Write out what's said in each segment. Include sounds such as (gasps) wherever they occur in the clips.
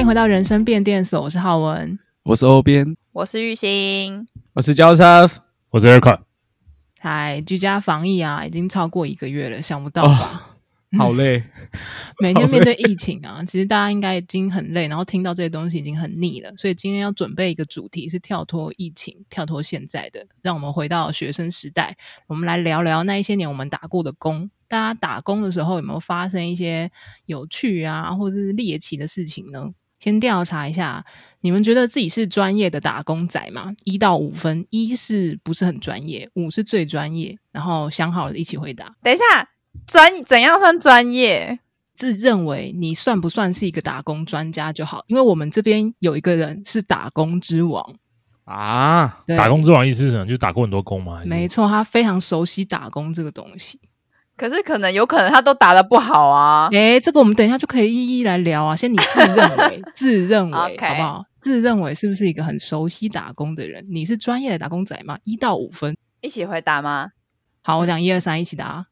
迎回到人生变电所，我是浩文。我是欧边，我是玉兴，我是 Joseph，我是 Eric，嗨，居家防疫啊，已经超过一个月了，想不到吧？好累，每天面对疫情啊，其实大家应该已经很累，然后听到这些东西已经很腻了，所以今天要准备一个主题是跳脱疫情，跳脱现在的，让我们回到学生时代，我们来聊聊那一些年我们打过的工。大家打工的时候有没有发生一些有趣啊，或者是猎奇的事情呢？先调查一下，你们觉得自己是专业的打工仔吗？一到五分，一是不是很专业，五是最专业。然后想好了一起回答。等一下，专怎样算专业？自认为你算不算是一个打工专家就好，因为我们这边有一个人是打工之王，啊，对打工之王意思是什么？就打过很多工吗？还哎是没错，他非常熟悉打工这个东西。可是可能有可能他都打的不好啊。诶、这个我们等一下就可以一一来聊啊。先你自认 (laughs) 为，自认为 OK 好不好？自认为是不是一个很熟悉打工的人？你是专业的打工仔吗？一到五分。一起回答吗？好，我讲一二三一起答，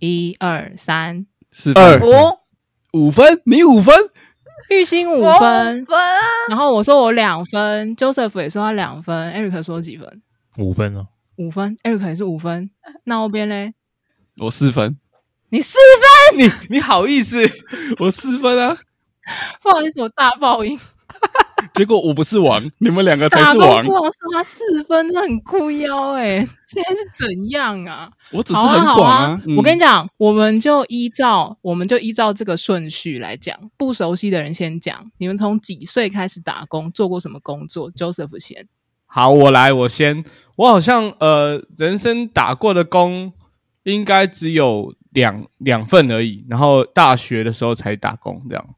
一二三，四二分五五分，你五分，玉兴五我分五，分啊！然后我说我两分，Joseph 也说他两分，Eric 说几分？五分哦，五分，Eric 也是五分，那后边嘞？我四分，你四你你好意思， (laughs) 我四分啊， (laughs) 不好意思，我大爆音，结果我不是王，你们两个才打是工王之，王说他四分，那很哭腰哎、 (laughs) 现在是怎样啊？我只是好啊，很好广嗯啊，我跟你你讲，我们就依照我们就依照这个顺序来讲，不熟悉的人先讲，你们从几岁开始打工，做过什么工作？Joseph 先，好，我来，我先，我好像呃，人生打过的工应该只有两两份而已，然后大学的时候才打工这样。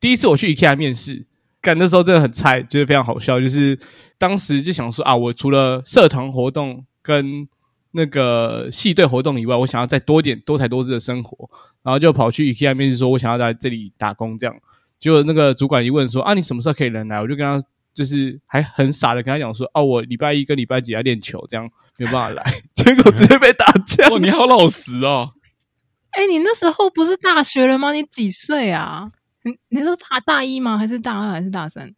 第一次我去 IKEA 面试，干那时候真的很菜，就是非常好笑，就是当时就想说啊，我除了社团活动跟那个系队活动以外，我想要再多点多才多姿的生活，然后就跑去 IKEA 面试说，我想要在这里打工这样。结果那个主管一问说啊，你什么时候可以人来？我就跟他就是还很傻的跟他讲说，哦，我礼拜一跟礼拜几要练球，这样没有办法来。结果直接被打枪。哇，你好老实哦，哎、你那时候不是大学了吗？你几岁啊？你你是大大一吗？还是大二？还是大三？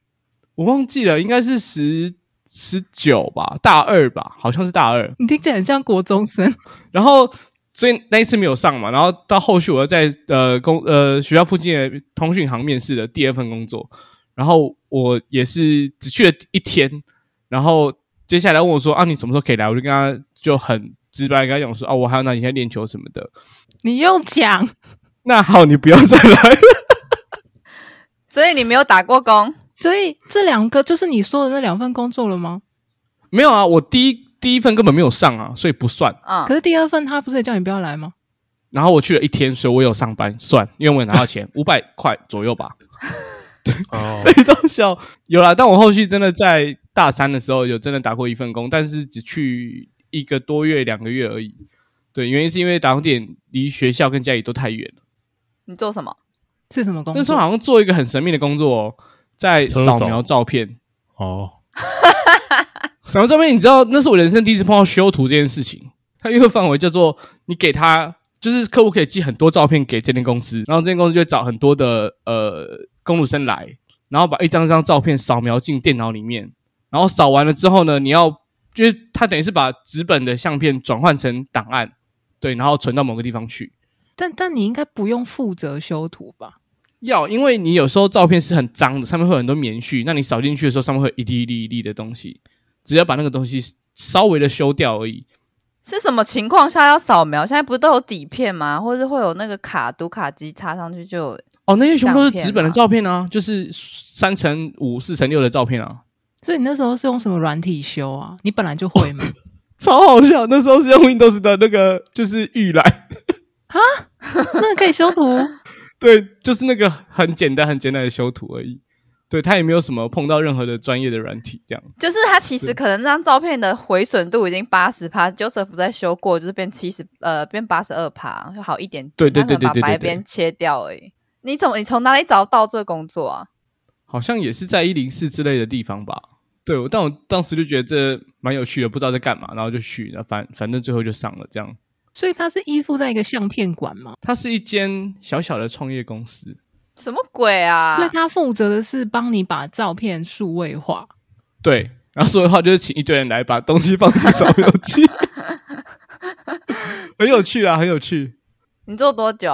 我忘记了，应该是十十九吧，大二吧，好像是大二。你听起来很像国中生。 (laughs) 然后所以那一次没有上嘛，然后到后续我又在呃公呃学校附近的通讯行面试的第二份工作，然后我也是只去了一天，然后接下来问我说啊你什么时候可以来，我就跟他就很直白地跟他讲说啊我还有哪几天练球什么的，你又讲，那好你不要再来了， (laughs) 所以你没有打过工，所以这两个就是你说的那两份工作了吗？没有啊，我第一第一份根本没有上啊，所以不算。嗯可，是第二份他不是也叫你不要来吗？然后我去了一天，所以我有上班，算，因为我有拿到钱，五百块左右吧。 (laughs) 哦，被动笑有啦，但我后续真的在大三的时候有真的打过一份工，但是只去一个多月、两个月而已。对，原因是因为打工点离学校跟家里都太远了。你做什么？是什么工作？那时候好像做一个很神秘的工作、哦，在车扫手描照片。哦，扫描照片，你知道那是我人生第一次碰到修图这件事情。它有一个范围叫做你给他，就是客户可以寄很多照片给这间公司，然后这间公司就会找很多的呃工读生来，然后把一张张照片扫描进电脑里面，然后扫完了之后呢，你要就是它等于是把纸本的相片转换成档案，对，然后存到某个地方去。但但你应该不用负责修图吧？要，因为你有时候照片是很脏的，上面会有很多棉絮，那你扫进去的时候，上面会有一粒一粒一粒的东西，只要把那个东西稍微的修掉而已。是什么情况下要扫描？现在不是都有底片吗？或者会有那个卡读卡机插上去就有？哦，那些全部相都是片纸本的吗照片啊，就是三乘五、四乘六的照片啊，所以你那时候是用什么软体修啊？你本来就会吗？ (laughs) 超好笑。那时候是用 Windows 的那个就是预览，那可以修图？对，就是那个很简单、很简单的修图而已。对他也没有什么碰到任何的专业的软体，这样就是他其实对可能那张照片的回损度已经八十趴，Joseph 在修过，就是变七十呃变八十二趴，就好一点点。对对他可能对对对把白对对边切掉而已。你怎么？你从哪里找到这个工作啊？好像也是在一零四之类的地方吧。对，我但我当时就觉得这蛮有趣的，不知道在干嘛，然后就去，然后反反正最后就上了这样。所以它是依附在一个相片馆吗？它是一间小小的创业公司，什么鬼啊？那他负责的是帮你把照片数位化，对，然后所以的话就是请一堆人来把东西放进扫描 (laughs) 机，很有趣啊，很有趣。你做多久？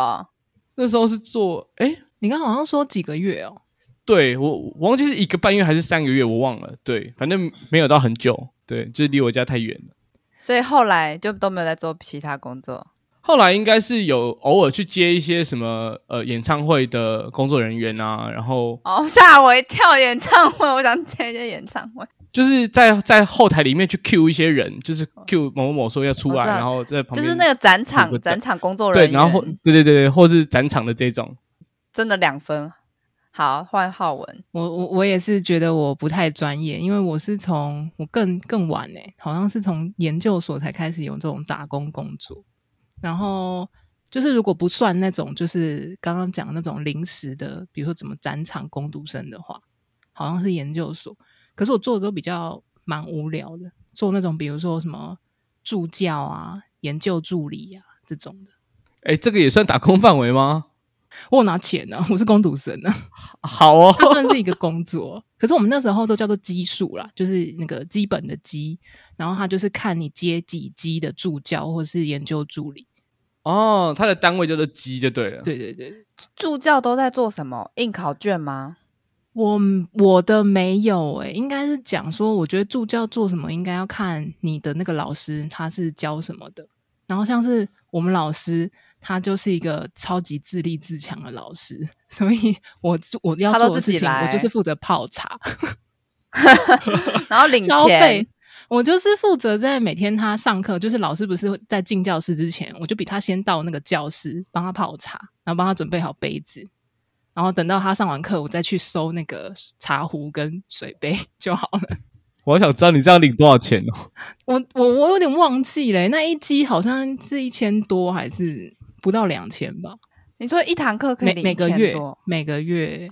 那时候是做，哎、你刚刚好像说几个月哦，对我我忘记是一个半月还是三个月，我忘了。对，反正没有到很久。对，就是离我家太远了。所以后来就都没有在做其他工作。后来应该是有偶尔去接一些什么呃演唱会的工作人员啊，然后哦，吓我一跳！演唱会，我想接一些演唱会。就是在在后台里面去 Q 一些人，就是 Q 某某某说要出哦我来，知道然后在旁就边是那个展场有个展场工作人对，员，然后或对对对对，或是展场的这种，真的两分。好，换浩文，我我我也是觉得我不太专业，因为我是从我更更晚呢、好像是从研究所才开始有这种打工工作。然后就是如果不算那种就是刚刚讲的那种临时的，比如说怎么展场工读生的话，好像是研究所。可是我做的都比较蛮无聊的，做那种比如说什么助教啊、研究助理啊这种的。哎，这个也算打工范围吗？我有拿钱呢、我是工读生呢、啊好哦，它算是一个工作，可是我们那时候都叫做基数啦，就是那个基本的基，然后它就是看你接几基的助教或是研究助理。哦，它的单位叫做鸡就对了。对对对，助教都在做什么？印考卷吗？我我的没有诶、应该是讲说，我觉得助教做什么应该要看你的那个老师他是教什么的，然后像是我们老师。他就是一个超级自立自强的老师，所以我我要他都做的自己事情，我来就是负责泡茶。然后领消钱费，。我就是负责在每天他上课，就是老师不是会在进教室之前，我就比他先到那个教室，帮他泡茶，然后帮他准备好杯子，然后等到他上完课，我再去收那个茶壶跟水杯就好了。我想知道你这样领多少钱哦？我我我有点忘记嘞，那一机好像是一千多还是不到两千吧？你说一堂课可每以领每个1000月多啊每个月，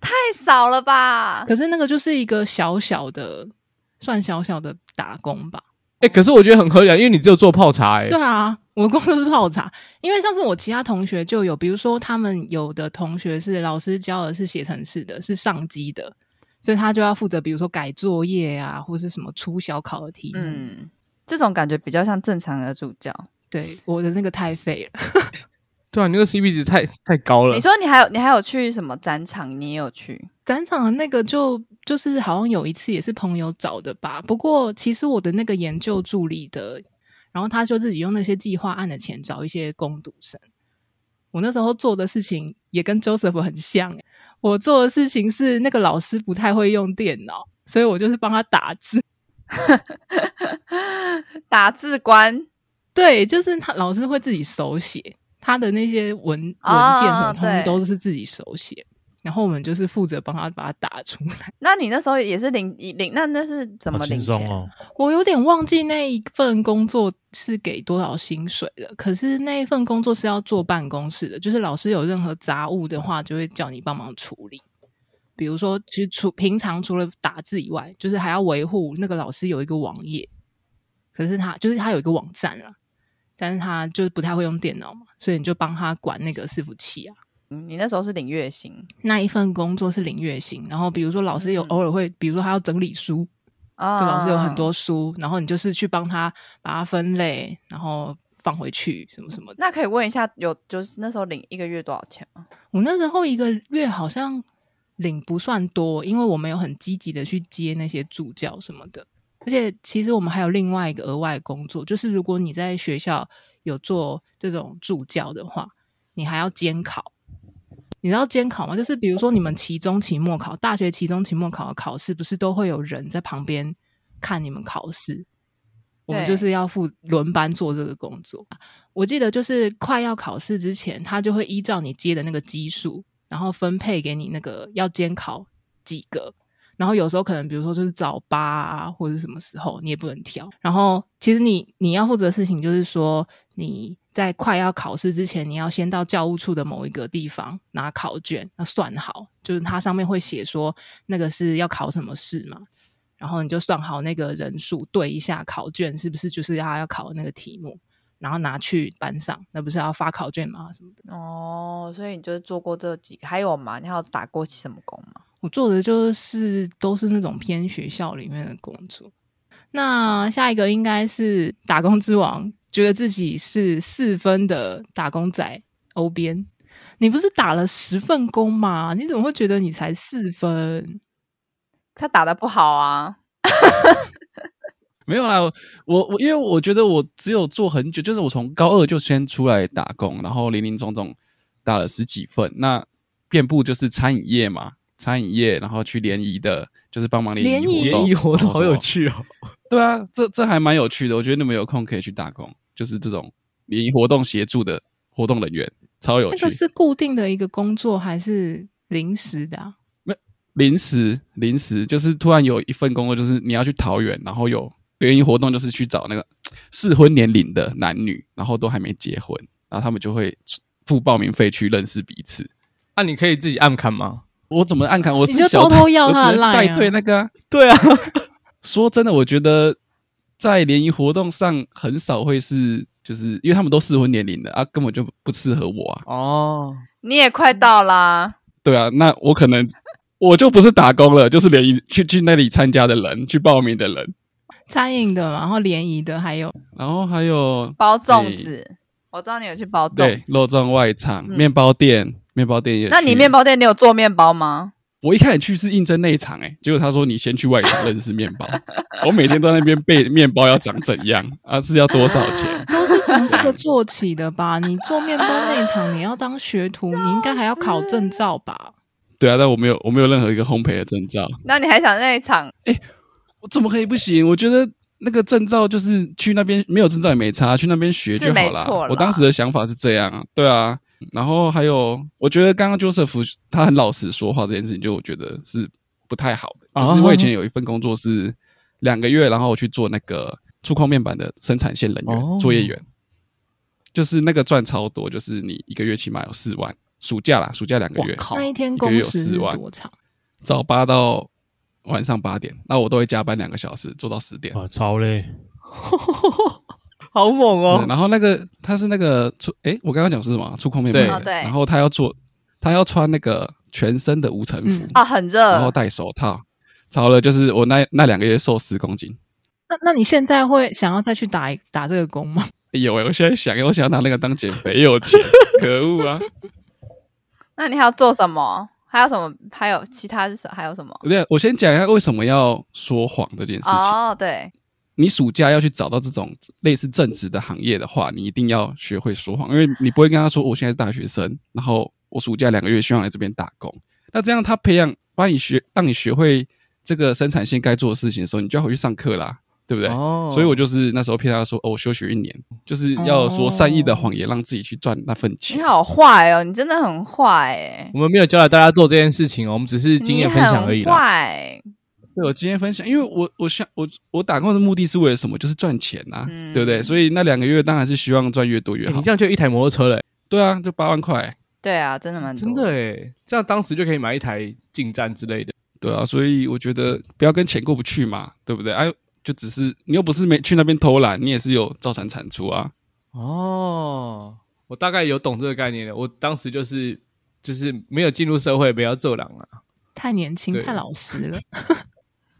太少了吧？可是那个就是一个小小的，算小小的打工吧。哎，可是我觉得很合理啊，因为你只有做泡茶哎。对啊，我的工作是泡茶，因为上次我其他同学就有，比如说他们有的同学是老师教的是写程式的，是上机的，所以他就要负责，比如说改作业啊，或是什么出小考的题目。嗯，这种感觉比较像正常的助教。对，我的那个太废了，对啊，你那个 CP 值太太高了你。说你还有你还有去什么展场？你也有去？ (gasps) 展场的那个就就是好像有一次也是朋友找的吧，不过其实我的那个研究助理的，然后他就自己用那些计划案的钱找一些工读生。我那时候做的事情也跟 Joseph 很像、欸，我做的事情是那个老师不太会用电脑，所以我就是帮他打字。 (laughs) 打字官对，就是他老师会自己手写他的那些文文件哦什么，通对通都是自己手写。然后我们就是负责帮他把它打出来。那你那时候也是领领，那那是怎好么领轻钱？松哦。我有点忘记那一份工作是给多少薪水了，可是那一份工作是要坐办公室的，就是老师有任何杂物的话，就会叫你帮忙处理。比如说，其实除平常除了打字以外，就是还要维护那个老师有一个网页，可是他就是他有一个网站啦，但是他就不太会用电脑嘛，所以你就帮他管那个伺服器啊。嗯你那时候是领月薪那一份工作是领月薪，然后比如说老师有嗯偶尔会，比如说他要整理书，啊？就老师有很多书，然后你就是去帮他把它分类，然后放回去什么什么的。那可以问一下，有就是那时候领一个月多少钱吗？我那时候一个月好像领不算多，因为我没有很积极的去接那些助教什么的。而且其实我们还有另外一个额外工作，就是如果你在学校有做这种助教的话，你还要监考。你知道监考吗？就是比如说你们期中、期末考、大学期中、期末考的考试，不是都会有人在旁边看你们考试？我们对就是要负轮班做这个工作。我记得就是快要考试之前，他就会依照你接的那个基数，然后分配给你那个要监考几个。然后有时候可能比如说就是早八啊，或者是什么时候你也不能挑。然后其实你你要负责的事情就是说你在快要考试之前，你要先到教务处的某一个地方拿考卷，那算好，就是它上面会写说那个是要考什么试嘛。然后你就算好那个人数，对一下考卷是不是就是他要考的那个题目，然后拿去班上，那不是要发考卷吗？什么的。哦，所以你就是做过这几个，还有吗？你还有打过什么工吗？我做的就是都是那种偏学校里面的工作。那下一个应该是打工之王，觉得自己是四分的打工仔欧边。你不是打了十份工吗？你怎么会觉得你才四分？他打的不好啊，没有啦，我我因为我觉得我只有做很久，就是我从高二就先出来打工，然后林林总总打了十几份，那遍布就是餐饮业嘛，餐饮业，然后去联谊的，就是帮忙联联谊谊联谊活动好有然后什么趣哦，对啊，这这还蛮有趣的，我觉得你们有空可以去打工，就是这种联谊活动协助的活动人员，超有那趣个。是固定的一个工作还是临时的、啊？临时临时就是突然有一份工作，就是你要去桃园，然后有联谊活动，就是去找那个适婚年龄的男女，然后都还没结婚，然后他们就会付报名费去认识彼此。那你可以自己按看吗？我怎么暗砍？我是你就小偷偷要我他的只能是 line 带啊队那个、啊。对啊， (laughs) 说真的，我觉得在联谊活动上很少会是，就是因为他们都适婚年龄的啊，根本就不适合我啊。哦，你也快到啦。对啊，那我可能我就不是打工了，就是联谊去去那里参加的人，去报名的人，餐饮的，然后联谊的，还有然后还有包粽诶子，我知道你有去包粽对子。肉粽外场、嗯面包店、面包店也去。那你面包店你有做面包吗？我一开始去是应征内场、欸，结果他说你先去外场认识面包。我每天都在那边背面包要长怎样啊，是要多少钱？都是从这个做起的吧？你做面包内场，你要当学徒，你应该还要考证照 (laughs) 吧？对啊，但我没有我没有任何一个烘焙的证照，那你还想那一场？我怎么可以不行？我觉得那个证照就是去那边没有证照也没差，去那边学是就没好错啦啦。我当时的想法是这样啊，对啊。然后还有，我觉得刚刚 Joseph 他很老实说话这件事情，就我觉得是不太好的。啊就是我以前有一份工作是两个月，然后我去做那个触控面板的生产线人员、哦作业员，就是那个赚超多，就是你一个月起码有四万，暑假啦，暑假两个我月，靠那，一天一个工月有时四是万多长？早八到晚上八点，那我都会加班两个小时，做到十点。哦啊，超累，好猛嗯哦！然后那个他是那个触，诶，我刚刚讲是什么啊？触控面对板。哦对然后他要做，他要穿那个全身的无尘服，嗯啊，很然后热。戴手套。超了，就是我那那两个月瘦十公斤。那那你现在会想要再去打打这个工吗？ (laughs) 哎有诶，我现在想，我想要拿那个当减肥药钱， (laughs) 可恶啊！那你还要做什么？还有什么？还有其他是什？还有什么？对，啊我先讲一下为什么要说谎这件事情。哦，对，你暑假要去找到这种类似正职的行业的话，你一定要学会说谎，因为你不会跟他说我现在是大学生，然后我暑假两个月希望来这边打工。那这样他培养把你学，让你学会这个生产线该做的事情的时候，你就要回去上课啦，对不对？哦所以我就是那时候骗他说，哦，我休学一年，就是要说善意的谎言，让自己去赚那份钱。你好坏哦，你真的很坏哎，我们没有教导大家做这件事情哦，我们只是经你验分享而已很啦。坏。对，我今天分享，因为我我想我我打工的目的是为了什么？就是赚钱呐、嗯对不对？所以那两个月当然是希望赚越多越欸好。你这样就一台摩托车了欸，对啊，就八万块、对啊，真的蛮多真的哎，这样当时就可以买一台进站之类的。对啊，所以我觉得不要跟钱过不去嘛，对不对？哎、就只是你又不是没去那边偷懒，你也是有造成产出啊。哦，我大概有懂这个概念了。我当时就是就是没有进入社会，不要做狼啊。太年轻，对太老实了。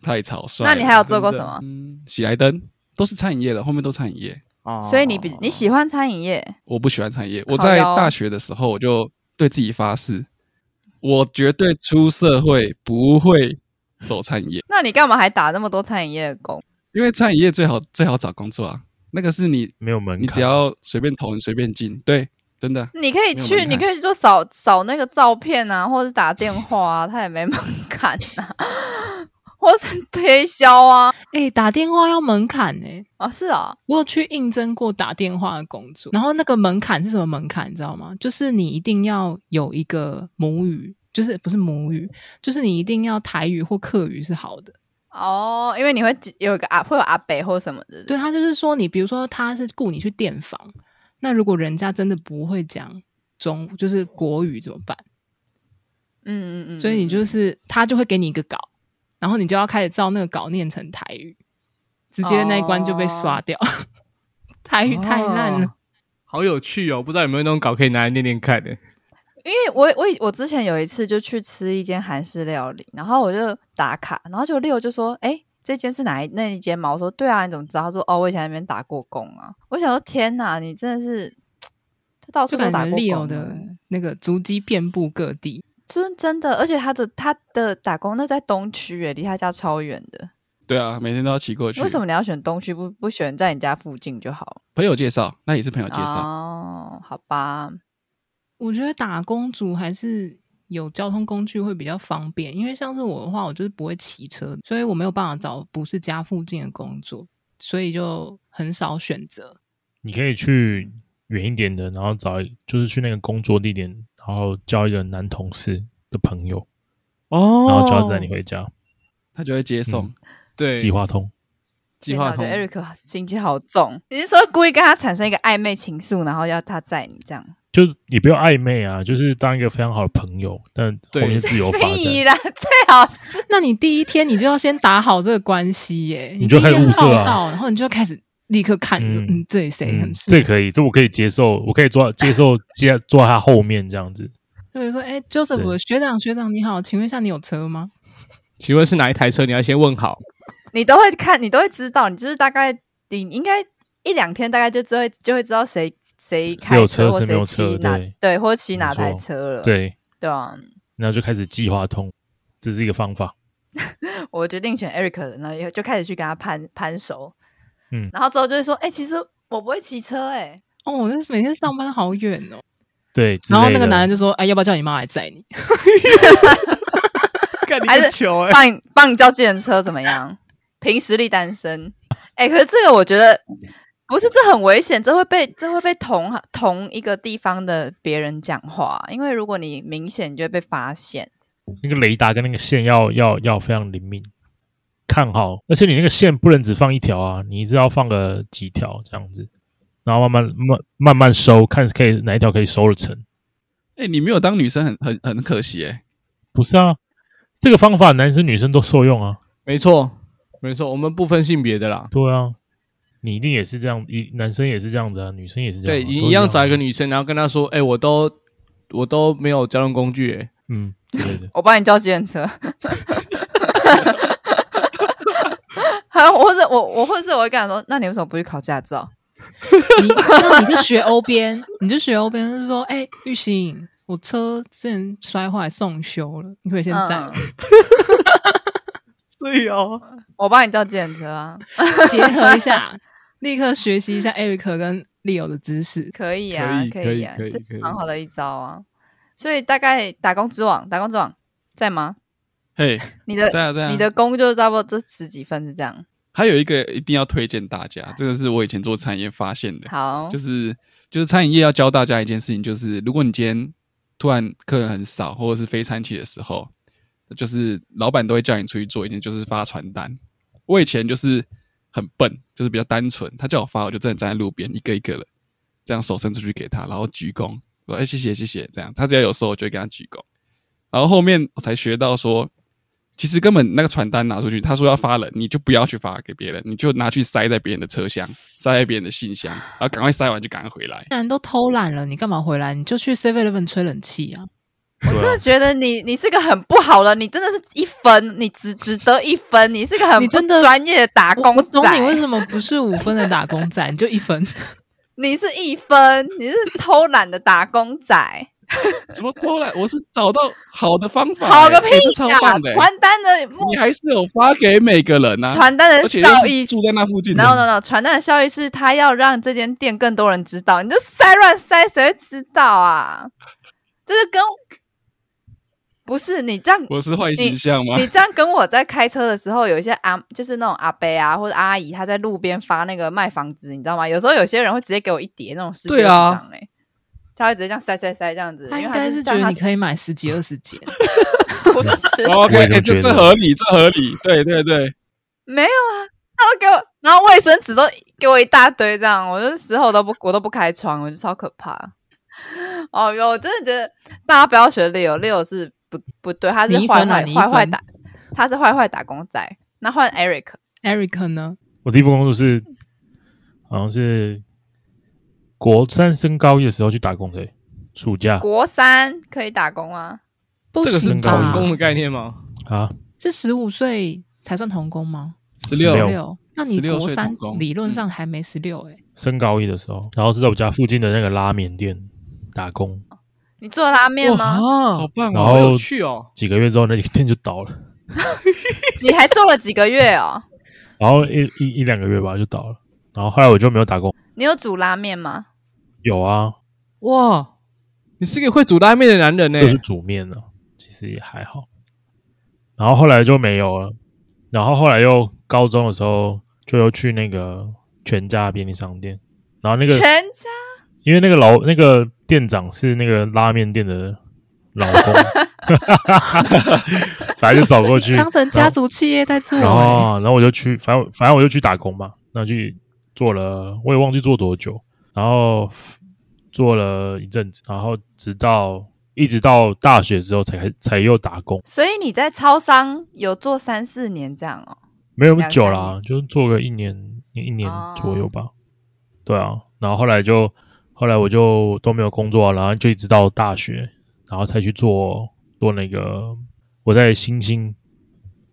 太草率了。那你还有做过什真的么？嗯，喜来登都是餐饮业了，后面都餐饮业。哦所以你比你喜欢餐饮业，我不喜欢餐饮业。靠腰我在大学的时候，我就对自己发誓，我绝对出社会不会走餐饮业，那你干嘛还打那么多餐饮业的工？因为餐饮业最好最好找工作啊。那个是你没有门槛。你只要随便投，你随便进，对，真的。你可以没去，有门槛你可以去做扫扫那个照片啊，或者是打电话 (laughs) 啊，他也没门槛啊， (laughs) 或是推销啊。哎、打电话要门槛呢、哦，是啊、我有去应征过打电话的工作，然后那个门槛是什么门槛？你知道吗？就是你一定要有一个母语，就是不是母语，就是你一定要台语或客语是好的。哦，因为你会有一个阿会有阿北或什么的，对他就是说你，比如说他是雇你去电访，那如果人家真的不会讲中，就是国语怎么办？嗯嗯嗯，所以你嗯就是他就会给你一个稿，然后你哦就要开始照那个稿念成台语，直接那一关就被刷掉。 (laughs) 台语太烂了。哦好有趣哦！不知道有没有那种稿可以拿来念念看的？因为我我以我之前有一次就去吃一间韩式料理，然后我就打卡，然后就六就说：“哎、这间是哪一那一间吗？”我说：“对啊，你怎么知道？”他说：“哦，我以前在那边打过工啊。”我想说：“天哪，你真的是他到处就都感打觉过 Leo 工的欸那个足迹遍布各地，真真的，而且他的他的打工那在东区耶，离他家超远的。对啊，每天都要骑过去。为什么？你要选东区不不选在你家附近就好了？朋友介绍，那也是朋友介绍。哦，好吧，我觉得打工族还是有交通工具会比较方便，因为像是我的话，我就是不会骑车，所以我没有办法找不是家附近的工作，所以就很少选择。你可以去远一点的，然后找一就是去那个工作地点，然后交一个男同事的朋友，哦然后叫他哦载你回家。他就会接送嗯。对计划通，计划通天哪我觉得 Eric 心机好重，你是说故意跟他产生一个暧昧情愫，然后要他载你这样？就是也不要暧昧啊，就是当一个非常好的朋友，但后对面自由发屁展。啦， (laughs) 最好是那你第一天你就要先打好这个关系耶，你就第一开始天物色报啊道然后你就开始立刻看，嗯嗯，这里谁很适合，这可以，这我可以接受，我可以坐 (laughs) 接受接坐在他后面这样子。就比如说，哎、j o s e p h 对学长学长你好，请问一下你有车吗？请问是哪一台车？你要先问好。你都会看，你都会知道，你就是大概你应该一两天大概就知会就会知道谁谁谁开有车或谁没谁有骑车哪对对，或骑哪没错台车了，对，对啊，然后就开始计划通，这是一个方法。我决定选 Eric 的，然后以后就开始去跟他攀攀熟，嗯然后之后就会说，哎、其实我不会骑车、哎，哦，我这每天上班好远哦。对，之然后那类个的男人就说：“哎，要不要叫你妈来载 (laughs) 你 (laughs) 干你还个是球哎！帮你帮你叫计程车怎么样？凭实力单身，哎、可是这个我觉得不是，这很危险，这会被这会被同同一个地方的别人讲话，因为如果你明显你就会被发现，。那个雷达跟那个线要要要非常灵敏，看好，而且你那个线不能只放一条啊，你一直要放个几条这样子，然后慢慢慢慢慢收，看可以哪一条可以收得成。哎、你没有当女生很很很可惜哎、不是啊，这个方法男生女生都受用啊。没错，没错，我们不分性别的啦。对啊，你一定也是这样，一男生也是这样子啊，女生也是这样啊、对，都你一样找一个啊，女生，然后跟她说：“哎、我都我都没有交通工具、哎，嗯之类的我帮你叫计程车。还有，或者我我或者是我会跟他说，那你为什么不去考驾照？？”你那你就学欧边，你就学欧边，就是说：“哎，玉兴，我车之前摔坏送修了，你可不可以先载嗯我。(laughs) 对哦，我帮你叫计程车啊，结合一下，立刻学习一下 Eric 跟 Leo 的知识。可以啊，可以以啊，可以这可以蛮好的一招啊。所以大概打工之王，打工之王在吗？ (laughs) 嘿，你的、这样这样，你的工就差不多这十几分是这样。啊还有一个一定要推荐大家，这个是我以前做餐饮业发现的，好，就是就是餐饮业要教大家一件事情，就是如果你今天突然客人很少，或者是非餐期的时候，就是老板都会叫你出去做一件，就是发传单。我以前就是很笨，就是比较单纯，他叫我发，我就真的站在路边一个一个的这样手伸出去给他，然后鞠躬，说哎、谢谢谢谢，这样他只要有收，我就会给他鞠躬。然后后面我才学到说，其实根本那个传单拿出去，他说要发人，你就不要去发给别人，你就拿去塞在别人的车厢，塞在别人的信箱，然后赶快塞完就赶快回来。既然都偷懒了，你干嘛回来？你就去 Seven Eleven 吹冷气啊！我对啊真的觉得你你是个很不好的，你真的是一分，你只只得一分，你是个很你不真的专业的打我工我仔。懂你为什么不是五分的打工仔，你就一 (laughs) 分。你是一分，你是偷懒的打工仔，什么偷懒？我是找到好的方法、好个屁欸这超呀！棒的欸、传单的目你还是有发给每个人啊，传单的而且效又益是住在那附近的。 ，no no no，传单的效益是他要让这间店更多人知道，你就塞乱塞，谁会知道啊？这就跟不是你这样，我是坏形象吗？你这样跟我在开车的时候，有一些阿就是那种阿伯啊或者阿姨，他在路边发那个卖房子，你知道吗？有时候有些人会直接给我一叠那种十几对啊二十张哎，他会直接这样塞塞塞这样子，他因应为他该就是是觉叫得他你可以买十几二十 (laughs) 件。不 (laughs) 是哦 OK，我也这么欸这觉得这合理，这合理，对对对，没有啊，他都给我，然后卫生纸都给我一大堆，这样，我就时候都不，我都不开窗，我就超可怕。哦哟，我真的觉得大家不要学 Leo，Leo 是不不对，他是你一坏分啊坏你一坏坏分打，他是坏坏打工仔。那换 Eric， Eric 呢？我第一份工作是好像是国三升高一的时候去打工的，暑假国三可以打工啊，不这个是行童吧？工的概念吗？啊，是十五岁才算童工吗？十六16六，那你16国岁三童工理论上还没十六哎，升高一的时候，然后是在我家附近的那个拉面店打工，你做拉面吗？好啊，棒然哦！好后有趣哦！几个月之后那个店就倒了， (laughs) 你还做了几个月哦？然后一一一两个月吧就倒了，然后后来我就没有打工。你有煮拉面吗？有啊，哇，你是个会煮拉面的男人呢、就是煮面了，其实也还好。然后后来就没有了，然后后来又高中的时候就又去那个全家便利商店，然后那个全家因为那个老那个店长是那个拉面店的老公， (laughs) 反正就找过去，当成家族企业在嗯做然哎，后然后我就去，反正反正我就去打工嘛，那去做了，我也忘记做多久，然后做了一阵子，然后直到一直到大学之后才开才又打工，所以你在超商有做三四年这样哦？没有那么久两三啦，就做个一年一年哦左右吧。对啊，然后后来就后来我就都没有工作啊，然后就一直到大学，然后才去做做那个我在星星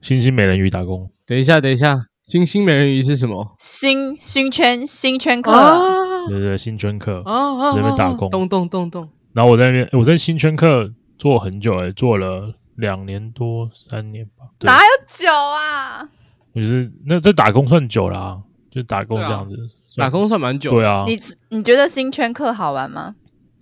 星星美人鱼打工，等一下，等一下，星星美人鱼是什么？新新圈新圈客、嗯对对对，星圈课。哦啊啊！在那边打工动动动动，然后我在那边我在星圈课做很久诶、欸做了两年多三年吧。对哪，有酒啊？我就是那这打工算久啦、就打工对啊这样子。算打工算蛮久。对，啊，你你觉得新圈客好玩吗？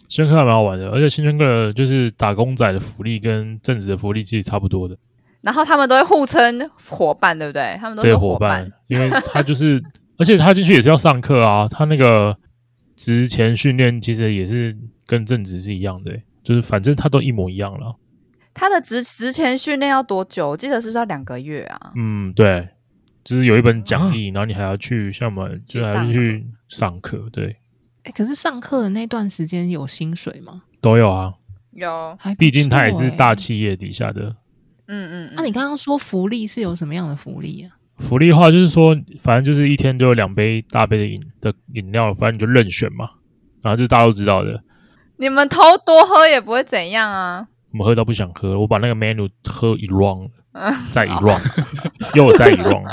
星圈课还蛮好玩的，而且星圈课就是打工仔的福利跟正职的福利其实差不多的，然后他们都会互称伙伴，对不对？他们都对是伙伴伴。，因为他就是， (laughs) 而且他进去也是要上课啊，他那个职前训练其实也是跟正职是一样的欸、就是反正他都一模一样了。他的职职前训练要多久？我记得是不是要两个月啊？嗯，对，就是有一本奖励，然后你还要去像我们，就去还要上去上课，对，哎，可是上课的那段时间有薪水吗？都有啊。有，还不毕竟他也错是哎大企业底下的嗯嗯。那、你刚刚说福利是有什么样的福利啊？福利的话，就是说，反正就是一天就有两杯大杯的饮的饮料，反正你就任选嘛。然后这是大家都知道的，你们偷多喝也不会怎样啊。我们喝到不想喝，我把那个 menu 喝一 round，嗯再一 round，又再一 round，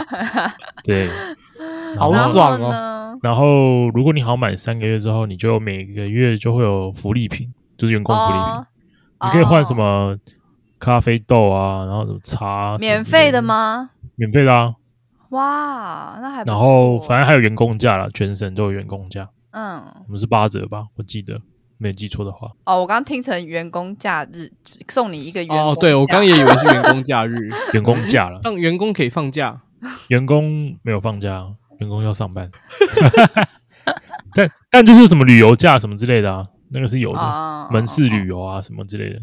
对，好然后爽哦哦！然后如果你好满三个月之后，你就每个月就会有福利品，就是员工福利品，哦，你可以换哦什？么咖啡豆啊，然后什么茶啊，什么免之类费的？吗？免费的啊，哇，那还不然后错反正还有员工价啦，全省都有员工价，嗯我们是八折吧，我记得没有记错的话。哦，我刚听成员工假日送你一个员工哦，对我假刚也以为是员工假 (laughs) 日，员工假了，让员工可以放假。员工没有放假，啊员工要上班。 (laughs) 但但就是什么旅游假什么之类的啊，那个是有的，哦门市旅游啊什么之类的，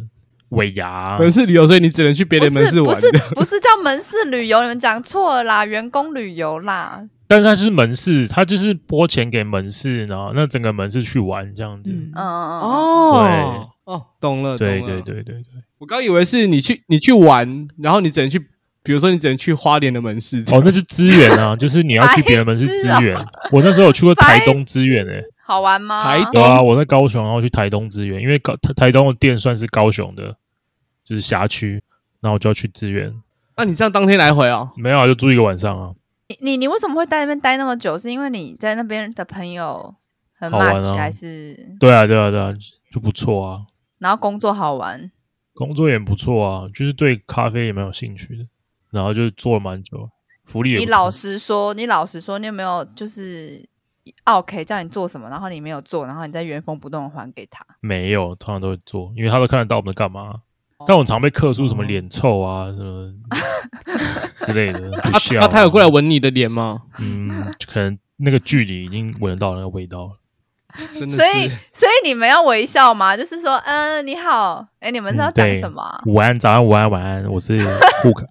尾牙啊、门市旅游，所以你只能去别不的门是市不玩。是 (laughs) 不是叫门市旅游，你们讲错了啦，员工旅游啦。但是它就是门市，它就是拨钱给门市，然后那整个门市去玩这样子。嗯嗯，嗯嗯，哦哦，懂了，对懂对了。对对对，我刚以为是你去你去玩，然后你只能去，比如说你只能去花莲的门市这哦样。，那就资源啊，就是你要去别的门市资源。我那时候有去过台东资源诶、好玩吗？台东对啊，我在高雄，然后去台东支援，因为高台台东的店算是高雄的，就是辖区，然后我就要去支援。那你这样当天来回哦？没有啊，就住一个晚上啊，你你你为什么会在那边待那么久？是因为你在那边的朋友很好玩 much，、啊还是对啊，对啊，对啊，就不错啊，然后工作好玩？工作也不错啊，就是对咖啡也蛮有兴趣的，然后就做了蛮久，福利也你不老错实说，你老实说，你有没有就是啊 OK 叫你做什么，然后你没有做，然后你再原封不动的还给他？没有，通常都会做，因为他都看得到我们在干嘛。但我常被客诉什么脸臭啊，什么之类的。啊不孝那啊他有过来，闻你的脸吗？嗯，就可能那个距离已经闻得到那个 (laughs) 味道了。真的所以 (laughs) 是。所以你们要微笑吗？就是说，嗯，你好，哎，你们是要嗯讲对什么啊？午安，早安，午安，晚安，我是 Hook，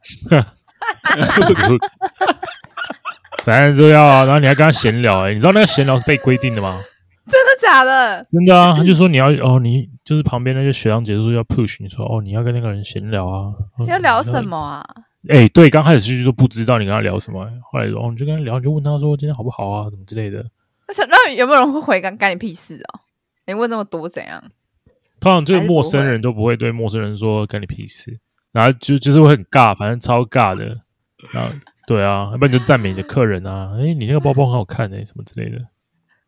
反正都要啊。然后你还跟他闲聊、欸，你知道那个闲聊是被规定的吗？真的假的？真的啊，他就说你要哦，你就是旁边那些学长姐说要 push，你说哦，你要跟那个人闲聊啊，哦要聊什？么啊？哎、对，刚开始去就不知道你跟他聊什么、欸后来哦，你就跟他聊，你就问他说今天好不好啊，什么之类的。我想让有没有人会回干干你屁事哦？你问那么多怎样？通常就是还是陌不生会人都不会对陌生人说干你屁事，然后就就是会很尬，反正超尬的。然后对啊，要不然你就赞美你的客人 (laughs) 啊，哎，你那个包包很好看哎、什么之类的。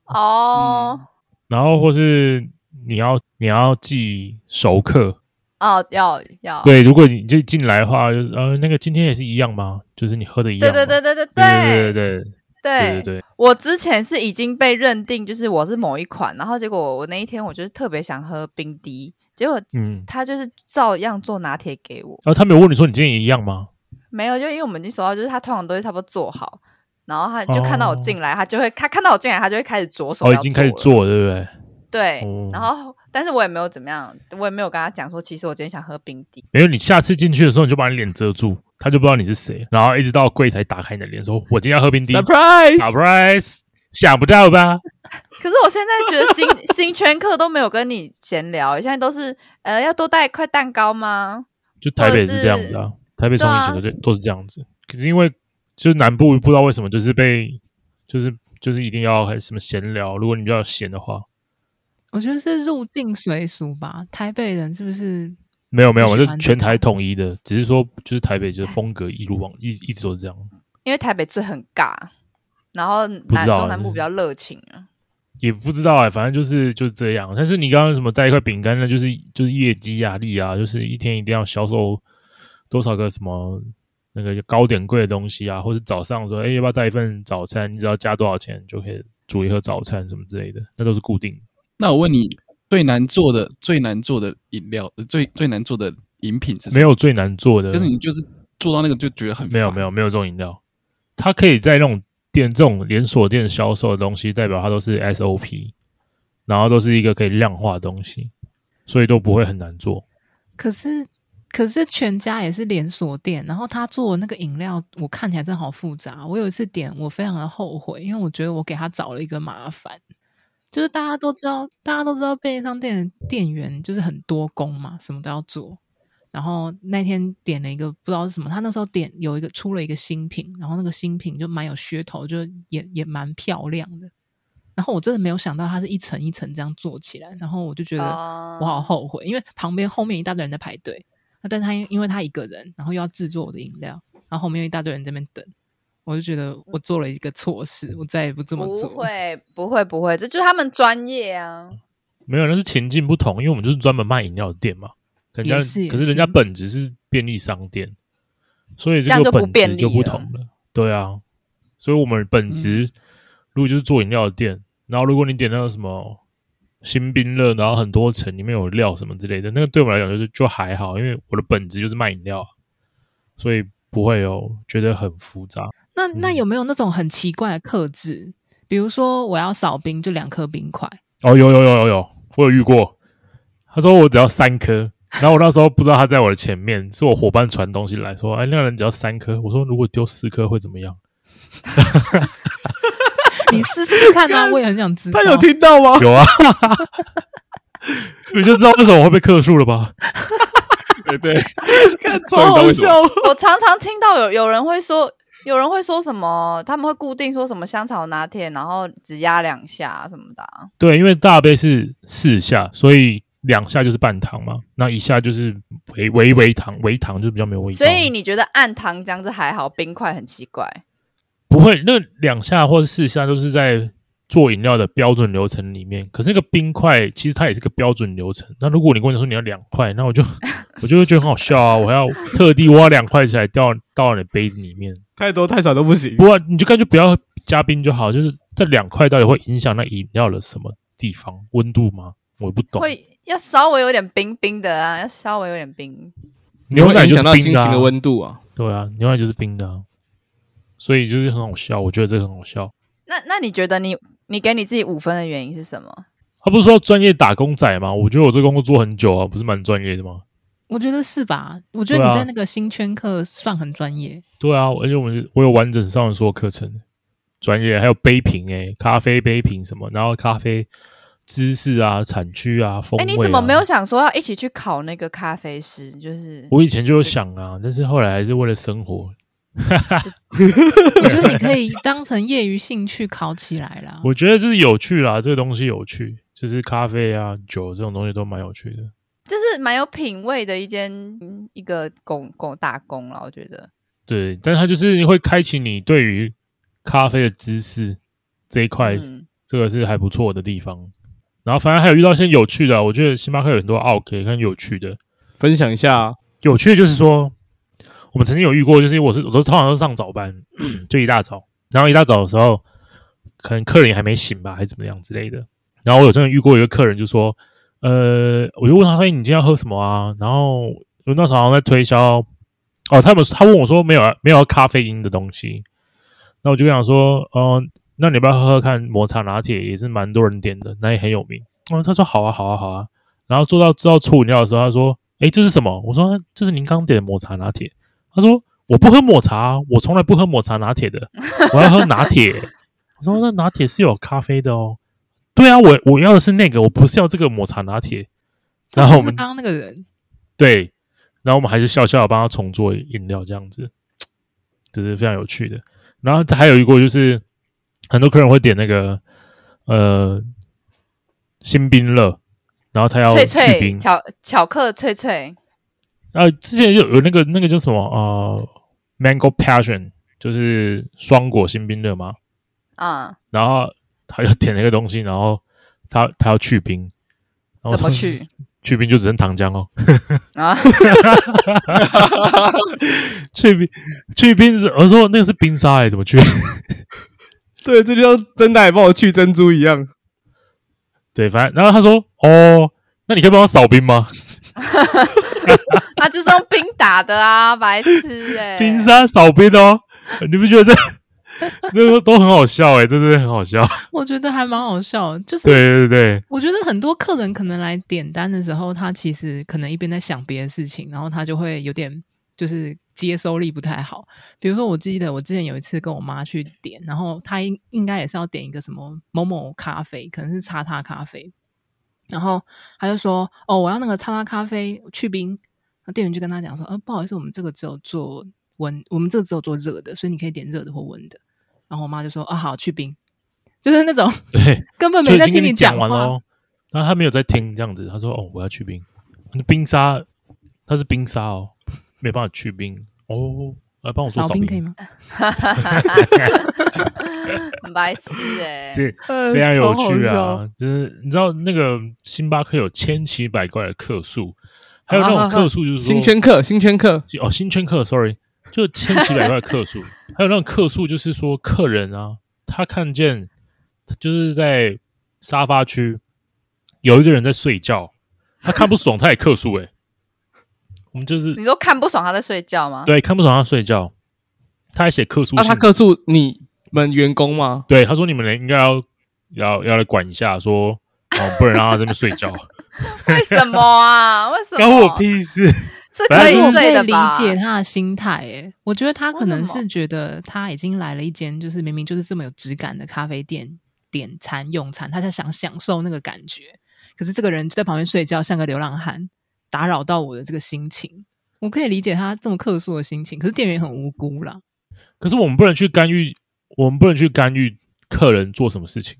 哦、然后或是你要你要记熟客，哦，要要，对，如果你就进来的话，就是呃，那个今天也是一样吗？就是你喝的一样对吗，对对对对对对对哎对对对对对对，我之前是已经被认定就是我是某一款，然后结果我那一天我就是特别想喝冰滴，结果嗯。哦他就是照样做拿铁给我，然后他没有问你说你今天也一样吗？没有，就因为我们已经熟到，就是他通常都会差不多做好，然后他就看到我哦进来，他就会他看到我进来，他就会开始着手要哦，已了，经开始做了，对不对？对哦，然后但是我也没有怎么样，我也没有跟他讲说，其实我今天想喝冰滴。没有，你下次进去的时候你就把你脸遮住，他就不知道你是谁，然后一直到柜台打开你的脸，说：“我今天要喝冰滴。 surprise， ”surprise，想不到吧？可是我现在觉得新新圈客都没有跟你闲聊，现在都是呃要多带一块蛋糕吗？就台北也是这样子或啊，台北从以前都对啊这都是这样子，可是因为就是南部不知道为什么就是被就是就是一定要还什么闲聊，如果你比较闲的话，我觉得是入境随俗吧。台北人是不是没有没有，不我喜就欢全这台统一的，只是说就是台北就是风格一如往一一直都是这样，因为台北最呃很尬，然后南知道中南部嗯比较热情啊。也不知道哎、反正就是就是这样。但是你刚刚什么带一块饼干呢？就是就是业绩压力啊，就是一天一定要销售多少个什么那个糕点柜的东西啊，或是早上说哎、要不要带一份早餐，你只要加多少钱就可以煮一盒早餐什么之类的，那都是固定的。那我问你，最难做的最难做的饮料，呃最最难做的饮品是什么？没有最难做的，就是你就是做到那个就觉得很没有烦没有没有这种饮料，它可以在那种店这种连锁店销售的东西，代表它都是 SOP，然后都是一个可以量化的东西，所以都不会很难做。可是可是全家也是连锁店，然后他做的那个饮料，我看起来真的好复杂。我有一次点，我非常的后悔，因为我觉得我给他找了一个麻烦。就是大家都知道，大家都知道便利商店的店员就是很多工嘛，什么都要做。然后那天点了一个不知道是什么，他那时候点有一个出了一个新品，然后那个新品就蛮有噱头，就也也蛮漂亮的。然后我真的没有想到它是一层一层这样做起来，然后我就觉得哦我好后悔，因为旁边后面一大堆人在排队，那但是他因因为他一个人，然后又要制作我的饮料，然后后面有一大堆人在那边等，我就觉得我做了一个错事，我再也不这么不做。会不会不会，这就是他们专业啊。没有，那是情境不同，因为我们就是专门卖饮料的店嘛。人家也是也可是人家是本质是便利商店，所以这样个就不本便质利就不了同了。对啊，所以我们本质、嗯如果就是做饮料的店，然后如果你点到什么新冰乐，然后很多层里面有料什么之类的，那个对我们来讲就是就还好，因为我的本质就是卖饮料啊，所以不会有觉得很复杂。那那嗯有没有那种很奇怪的克制？比如说我要少冰，就两颗冰块，哦，有有有有有，我有遇过。他说我只要三颗，然后我那时候不知道他在我的前面，是我伙伴传东西来说，哎，那个人只要三颗。我说如果丢四颗会怎么样？你试试看 (laughs) 啊！我也很想知道。他有听到哦吗？有啊， (laughs) 你就知道为什么我会被克数了吧？对对，看终于知道为什么 (laughs) 我常常听到有有人会说，有人会说什么，他们会固定说什么香草拿铁，然后只压两下什么的啊、对，因为大杯是四下，所以两下就是半糖嘛，那一下就是微微微糖，微糖就比较没有味道。所以你觉得按糖这样子还好，冰块很奇怪。不会，那两下或者四下都是在做饮料的标准流程里面。可是那个冰块其实它也是个标准流程。那如果你跟我讲说你要两块，那我 (laughs) 就我就会觉得很好笑啊！我还要特地挖两块起来倒倒你的杯子里面。太多太少都不行不。过你就干脆不要加冰就好，就是这两块到底会影响那饮料的什么地方温度吗？我不懂。会要稍微有点冰冰的啊，要稍微有点冰。牛奶就想是到冰心的、情的啊，温度啊，对啊，牛奶就是冰的、啊，所以就是很好笑。我觉得这个很好笑。那那你觉得你你给你自己五分的原因是什么？他不是说专业打工仔吗？我觉得我这工作做很久啊，不是蛮专业的吗？我觉得是吧？我觉得对你啊在那个新圈课算很专 (laughs) 业。对啊，而且我们我有完整上完所有课程，专业还有杯品诶、咖啡杯品什么，然后咖啡知识啊、产区啊、风味、哎、啊。你怎么没有？想说要一起去考那个咖啡师？就是哦我以前就有想啊，但是后来还是为了生活，我觉得你可以当成业余兴趣烤起来啦。我觉得这是有趣啦，这个东西有趣，就是咖啡啊、酒这种东西都蛮有趣的。就是蛮有品味的一间嗯一个工工打工了，我觉得。对，但是它就是会开启你对于咖啡的知识这一块，嗯这个是还不错的地方。然后反正还有遇到一些有趣的啊，我觉得星巴克有很多奥 K 跟有趣的。分享一下有趣的就是说，我们曾经有遇过，就是我是我都通常都上早班， (clears throat) 就一大早，然后一大早的时候，可能客人也还没醒吧，还是怎么样之类的。然后我有真的遇过一个客人，就说，呃，我就问他说，哎你今天要喝什么啊？然后我那时候好像在推销，哦，他们他问我说没有啊没有咖啡因的东西，那我就跟他说，哦、那你要不要喝喝看抹茶拿铁，也是蛮多人点的，那也很有名。哦，他说好啊，好啊，好啊。然后做到做到出饮料的时候，他说：“哎，这是什么？”我说：“这是您刚点的抹茶拿铁。”他说：“我不喝抹茶啊，我从来不喝抹茶拿 (laughs) 铁的，我要喝拿铁。”我说：“那拿铁是有咖啡的哦。”对啊，我我要的是那个，我不是要这个抹茶拿铁。然后就我是们刚刚那个人，对，然后我们还是笑笑地帮他重做饮料这样子，就是非常有趣的。然后还有一个就是，很多客人会点那个呃新冰乐，然后他要脆去脆冰。巧巧克脆脆，啊，之前有有那个那个叫什么呃，Mango Passion，就是双果新冰乐嘛。啊、然后他要点那个东西，然后他他要去冰，然后我怎么说去？ (laughs) (laughs) 去冰就只剩糖浆哦。啊？去冰去冰是我说那个是冰沙哎、怎么去？ (laughs) 对，这就像真奶帮我去珍珠一样。对，反正然后他说哦，那你可以帮我扫冰吗？他就是用冰打的啊，白痴哎、 (laughs) 冰沙扫冰哦，你不觉得这 (laughs) 这个都很好笑哎、真的很好笑。我觉得还蛮好笑的，就是对对对我觉得很多客人可能来点单的时候，他其实可能一边在想别的事情，然后他就会有点就是接收力不太好。比如说，我记得我之前有一次跟我妈去点，然后她应应该也是要点一个什么某某咖啡，可能是叉叉咖啡，然后她就说：“哦，我要那个叉叉咖啡去冰。”那店员就跟她讲说：“呃，不好意思，我们这个只有做温，我们这个只有做热的，所以你可以点热的或温的。”然后我妈就说：“啊，好，去冰。” (laughs) 就是那种对，根本就没已在经跟听你讲完话，喽。然后他没有在听这样子，他说：“哦，我要去冰，那冰沙，他是冰沙哦，没办法去冰哦，来帮我做少扫冰可以吗？很白痴哎、对，非非常有趣啊！就是你知道那个星巴克有千奇百怪的客诉，还有那啊种客诉就是说新圈客，新圈客，哦新圈客，sorry，就千奇百怪的客诉，还有那种客诉就是说客人啊，他看见就是在沙发区有一个人在睡觉，他看不爽，他也客诉哎、我们就是你说看不爽他在睡觉吗？对看不爽他睡觉，他还写客诉哦那信，他客诉你们员工吗？对他说你们应该要要要来管一下，说哦不能让他在那边睡 (laughs) 觉。为什么啊？为什么？关我屁事！是反可正以哎就是我可睡以的理吧？解他的心态，诶，我觉得他可能为什是么觉得他已经来了一间就是明明就是这么有质感的咖啡店点餐用餐，他在想享受那个感觉，可是这个人就在旁边睡觉，像个流浪汉，打扰到我的这个心情。我可以理解他这么客诉的心情，可是店员很无辜啦。 (laughs) 可是我们不能去干预，我们不能去干预客人做什么事情。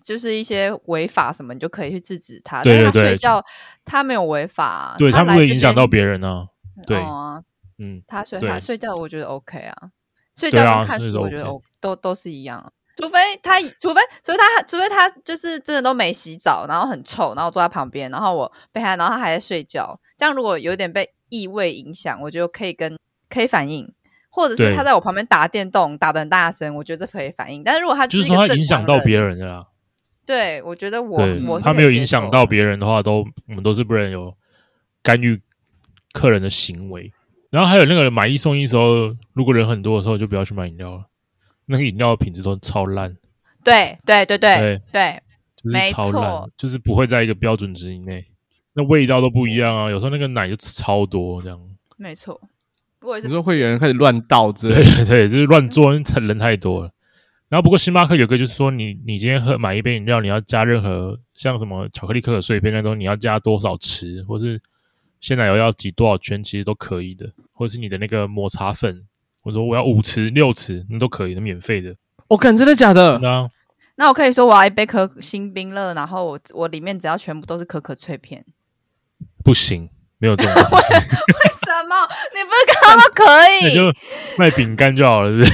就是一些违法什么，你就可以去制止他。对但是他对对睡觉，他没有违法啊，对他他们来会这影响到边别人啊。对哦啊嗯，他睡对他睡觉，我觉得 OK 啊，睡对觉啊跟看睡书着我觉得 OK 都都是一样啊。除非他，除非，除非他，除非他就是真的都没洗澡，然后很臭，然后我坐在旁边，然后我被他，然后他还在睡觉。这样如果有点被异味影响，我觉得可以跟可以反应，或者是对他在我旁边打电动打的很大声，我觉得这可以反应。但是如果他就是一个说他正影响常到人别人的啦。对，我觉得我对我，是他可没以有接影响受到的别人的话，都我们都是不能有干预客人的行为。然后还有那个买一送一的时候，如果人很多的时候，就不要去买饮料了。那个饮料的品质都超烂，对对对对对对，就是没超烂错，就是不会在一个标准值以内。那味道都不一样啊，有时候那个奶就超多这样。没错。我也是你说会有人开始乱倒之类对的，对对，就是乱做，因为太人太多了。然后不过星巴克有个就是说你，你今天喝买一杯饮料，你要加任何像什么巧克力可可碎片那种，你要加多少匙，或是鲜奶油要挤多少圈，其实都可以的。或是你的那个抹茶粉我说我要五匙、六匙，那都可以的，免费的。我看哦真的假的？那、啊、那我可以说我要一杯可新冰乐，然后我我里面只要全部都是可可脆片。不行，没有这种东西，为 (laughs) 什么？你 (laughs) 不是刚刚说可那 (laughs) 以？就卖饼干就好了，是不是？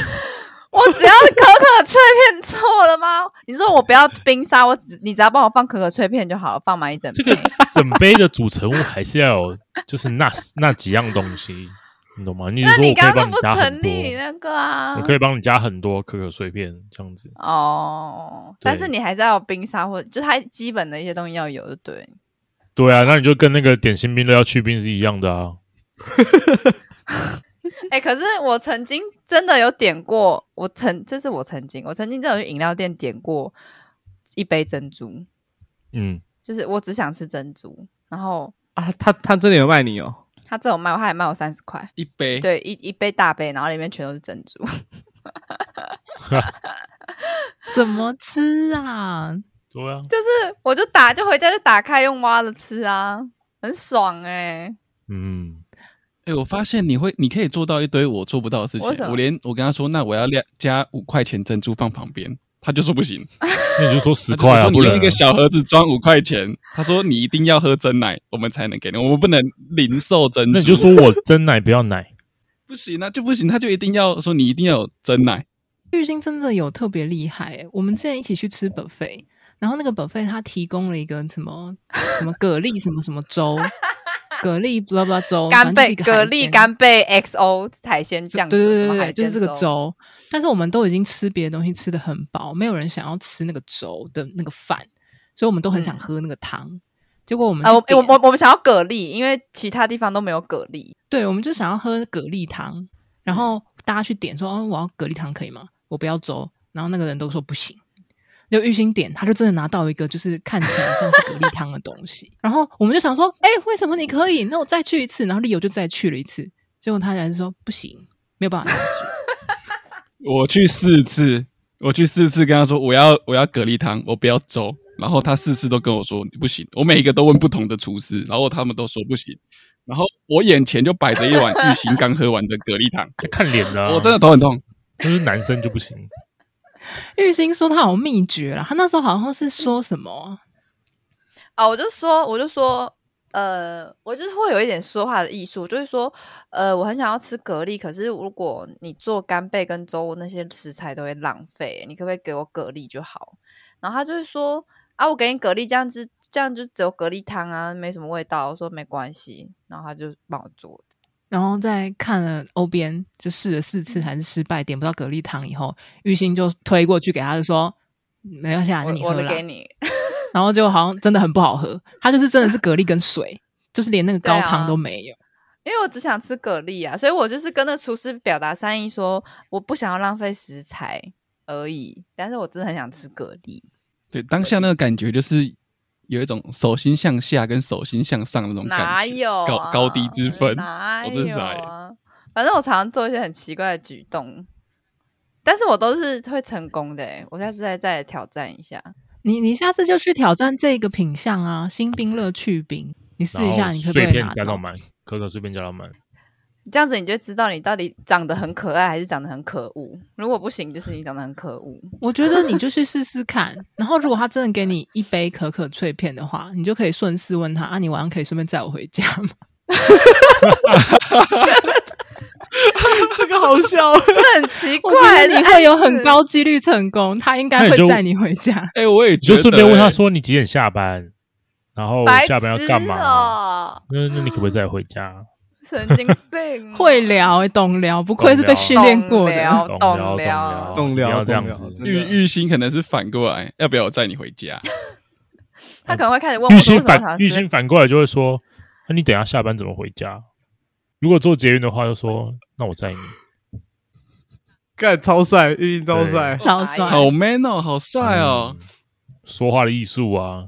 我只要是可可脆片， (laughs) 错了吗？你说我不要冰沙，我只你只要帮我放可可脆片就好了，放满一整这瓶。个整杯的组成物还是要有，就是那 (laughs) 那几样东西，你懂吗？你就那说我可以刚帮刚你都不加成很多，立那个啊？我可以帮你加很多可可碎片这样子。哦， (laughs) 但是对你还是要有冰沙或就它基本的一些东西要有，就对。对啊，那你就跟那个点心冰乐要去冰是一样的啊。哎、可是我曾经真的有点过，我曾这是我曾经，我曾经真的有去饮料店点过一杯珍珠，嗯，就是我只想吃珍珠，然后啊，他他真的有卖你哦？他这有卖，他还卖我三十块，嗯一杯，对，一一杯大杯，然后里面全都是 (laughs) 珍珠。怎么吃啊？对啊，就是我就打就回家就打开用挖的吃啊，很爽哎、嗯，哎、我发现你会，你可以做到一堆我做不到的事情为什。么我连我跟他说，那我要量加五块钱珍珠放旁边，他就说不行，那你就说十他就块啊，说你不用然一啊个小盒子装五块钱，他说你一定要喝真奶，我们才能给你，我们不能零售珍珠。那你就说我真奶不要奶， (laughs) 不行啊，就不行，他就一定要说你一定要有真奶。巨星真的有特别厉害、欸。我们之前一起去吃 buffet，然后那个 buffet 他提供了一个什 (laughs) 么什么蛤蜊什么什么粥，蛤 (laughs) 蜊 blah blah 粥，干哦反正是贝一个海蛤鲜蜊干贝 XO 海鲜对酱对汁，对什么对对，海就是这鲜个粥。但是我们都已经吃别的东西吃的很饱，没有人想要吃那个粥的那个饭，所以我们都很想嗯喝那个汤。结果我们啊，就我点我我我们想要蛤蜊，因为其他地方都没有蛤蜊。对，我们就想要喝蛤蜊汤，然后大家去点说，哦，我要蛤蜊汤可以吗？我不要粥。然后那个人都说不行。就玉兴点，他就真的拿到一个就是看起来像是蛤蜊汤的东西，然后我们就想说，哎、为什么你可以？那我再去一次。然后丽友就再去了一次，结果他还是说不行，没有办法 (laughs) 下去。我去四次，我去四次跟他说我要我要蛤蜊汤，我不要粥。然后他四次都跟我说不行，我每一个都问不同的厨师，然后他们都说不行。然后我眼前就摆着一碗玉兴刚喝完的蛤蜊汤，看脸 (laughs) 的、啊。 (laughs) 我真的头很痛。就是男生就不行，玉兴说他有秘诀啦，他那时候好像是说什么，啊，我就说，我就说，呃，我就是会有一点说话的艺术，就是说，呃，我很想要吃蛤蜊，可是如果你做干贝跟粥那些食材都会浪费，你可不可以给我蛤蜊就好？然后他就是说，啊，我给你蛤蜊，这样子，这样就只有蛤蜊汤啊，没什么味道。我说没关系，然后他就帮我做。然后在看了欧边就试了四次还是失败，点不到蛤蜊汤以后，玉兴就推过去给他，就说没关系啊，那你我喝我的啦。给你，然后就好像真的很不好喝，它就是真的是蛤蜊跟水，就是连那个高汤都没有。因为我只想吃蛤蜊啊，所以我就是跟那厨师表达善意说，我不想要浪费食材而已，但是我真的很想吃蛤蜊。对，当下那个感觉就是有一种手心向下跟手心向上的那种感觉，哪有、啊、高高低之分。哪我真有傻眼啊？反正我常常做一些很奇怪的举动，但是我都是会成功的、欸。我下次再再来挑战一下。你你下次就去挑战这个品相啊，新冰乐趣冰，你试一然下，后你可不可碎以片拿加到到？满，可可碎片加到满。这样子你就知道你到底长得很可爱还是长得很可恶。如果不行，就是你长得很可恶。我觉得你就去试试看。然后如果他真的给你一杯可可脆片的话，你就可以顺势问他啊，你晚上可以顺便载我回家吗？ (laughs) 这个好笑。这很奇 (laughs) 我觉怪，得你会有很高几率成功，他应该会那你就载你回家。哎、我也你觉就得、顺便问他哎说你几点下班，然后白痴下班要干嘛？啊哦，那那你可不可以再回家？神经病 (laughs) 哦、会聊、欸，懂聊，不愧是被训练过懂的聊。懂懂聊聊懂懂聊不要这样懂聊子。真的玉玉兴可能是反过来，要不要我载你回 (laughs) 家？哎他可能会开始问玉我说兴为什么想反玉吃兴反过来就会说，啊那你等一下下班怎么回家？如果做捷运的话，就说那我载你。干超帅，玉英超帅。超啊帅好 man 哦，好帅哦！嗯说话的艺术啊，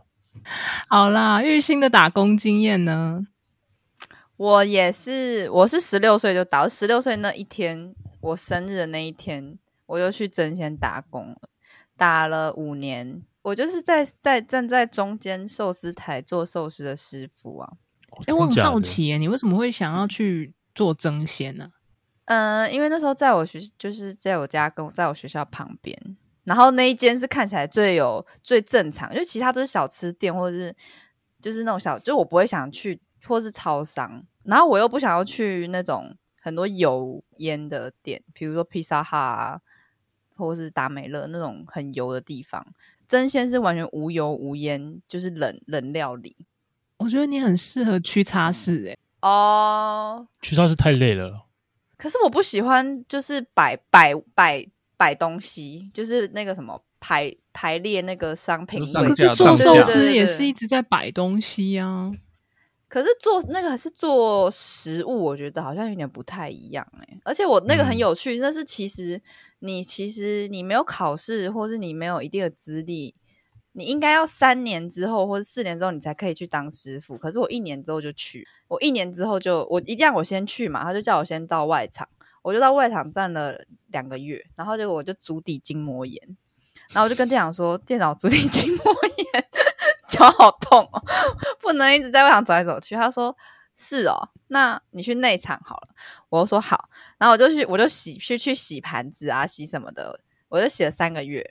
好啦，玉兴的打工经验呢？我也是，我是十六岁就打，十六岁那一天，我生日的那一天，我就去争先打工了，打了五年。我就是在在站在中间寿司台做寿司的师傅啊，哎、我哦真很假好的，奇耶，你为什么会想要去做蒸鲜呢、嗯，因为那时候在我学，就是在我家跟我在我学校旁边，然后那一间是看起来最有最正常，因为其他都是小吃店或者是就是那种小，就我不会想去或是超商，然后我又不想要去那种很多油烟的店，比如说披萨哈啊，或者是达美乐那种很油的地方。真鲜是完全无油无烟，就是冷冷料理我觉得你很适合去擦拭、欸，哦。去超市太累了，可是我不喜欢，就是摆摆摆摆东西，就是那个什么排排列那个商品就上位可架是架做上寿架司也是一直在摆东西啊。可是做那个还是做食物，我觉得好像有点不太一样哎、而且我那个很有趣，那是其实你其实你没有考试，或是你没有一定的资历，你应该要三年之后或者四年之后你才可以去当师傅。可是我一年之后就去，我一年之后就我一定要我先去嘛，他就叫我先到外场，我就到外场站了两个月，然后结果我就足底筋膜炎，然后我就跟店长说，店长我足底筋膜 (laughs) 炎。脚好痛哦， (laughs) 不能一直在外场走来走去。他说是哦，那你去内场好了。我就说好，然后我就去，我就洗去去洗盘子啊，洗什么的，我就洗了三个月，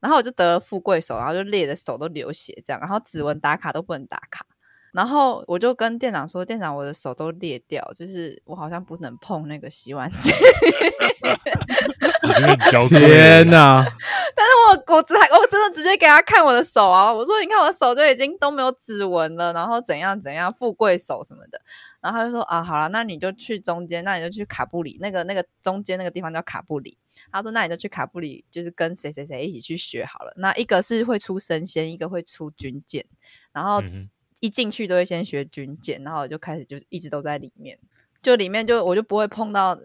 然后我就得了富贵手，然后就裂的手都流血这样，然后指纹打卡都不能打卡。然后我就跟店长说：“店长，我的手都裂掉，就是我好像不能碰那个洗碗机。我觉得你焦虑。天哪！ (laughs) 但是我我只还我真的直接给他看我的手啊，我说你看我的手就已经都没有指纹了，然后怎样怎样富贵手什么的，然后他就说啊好了，那你就去中间，那你就去卡布里那个那个中间那个地方叫卡布里，他说那你就去卡布里，就是跟谁谁谁一起去学好了，那一个是会出神仙，一个会出军舰，然后嗯哼一进去都会先学军舰，然后我就开始就一直都在里面，就里面就我就不会碰到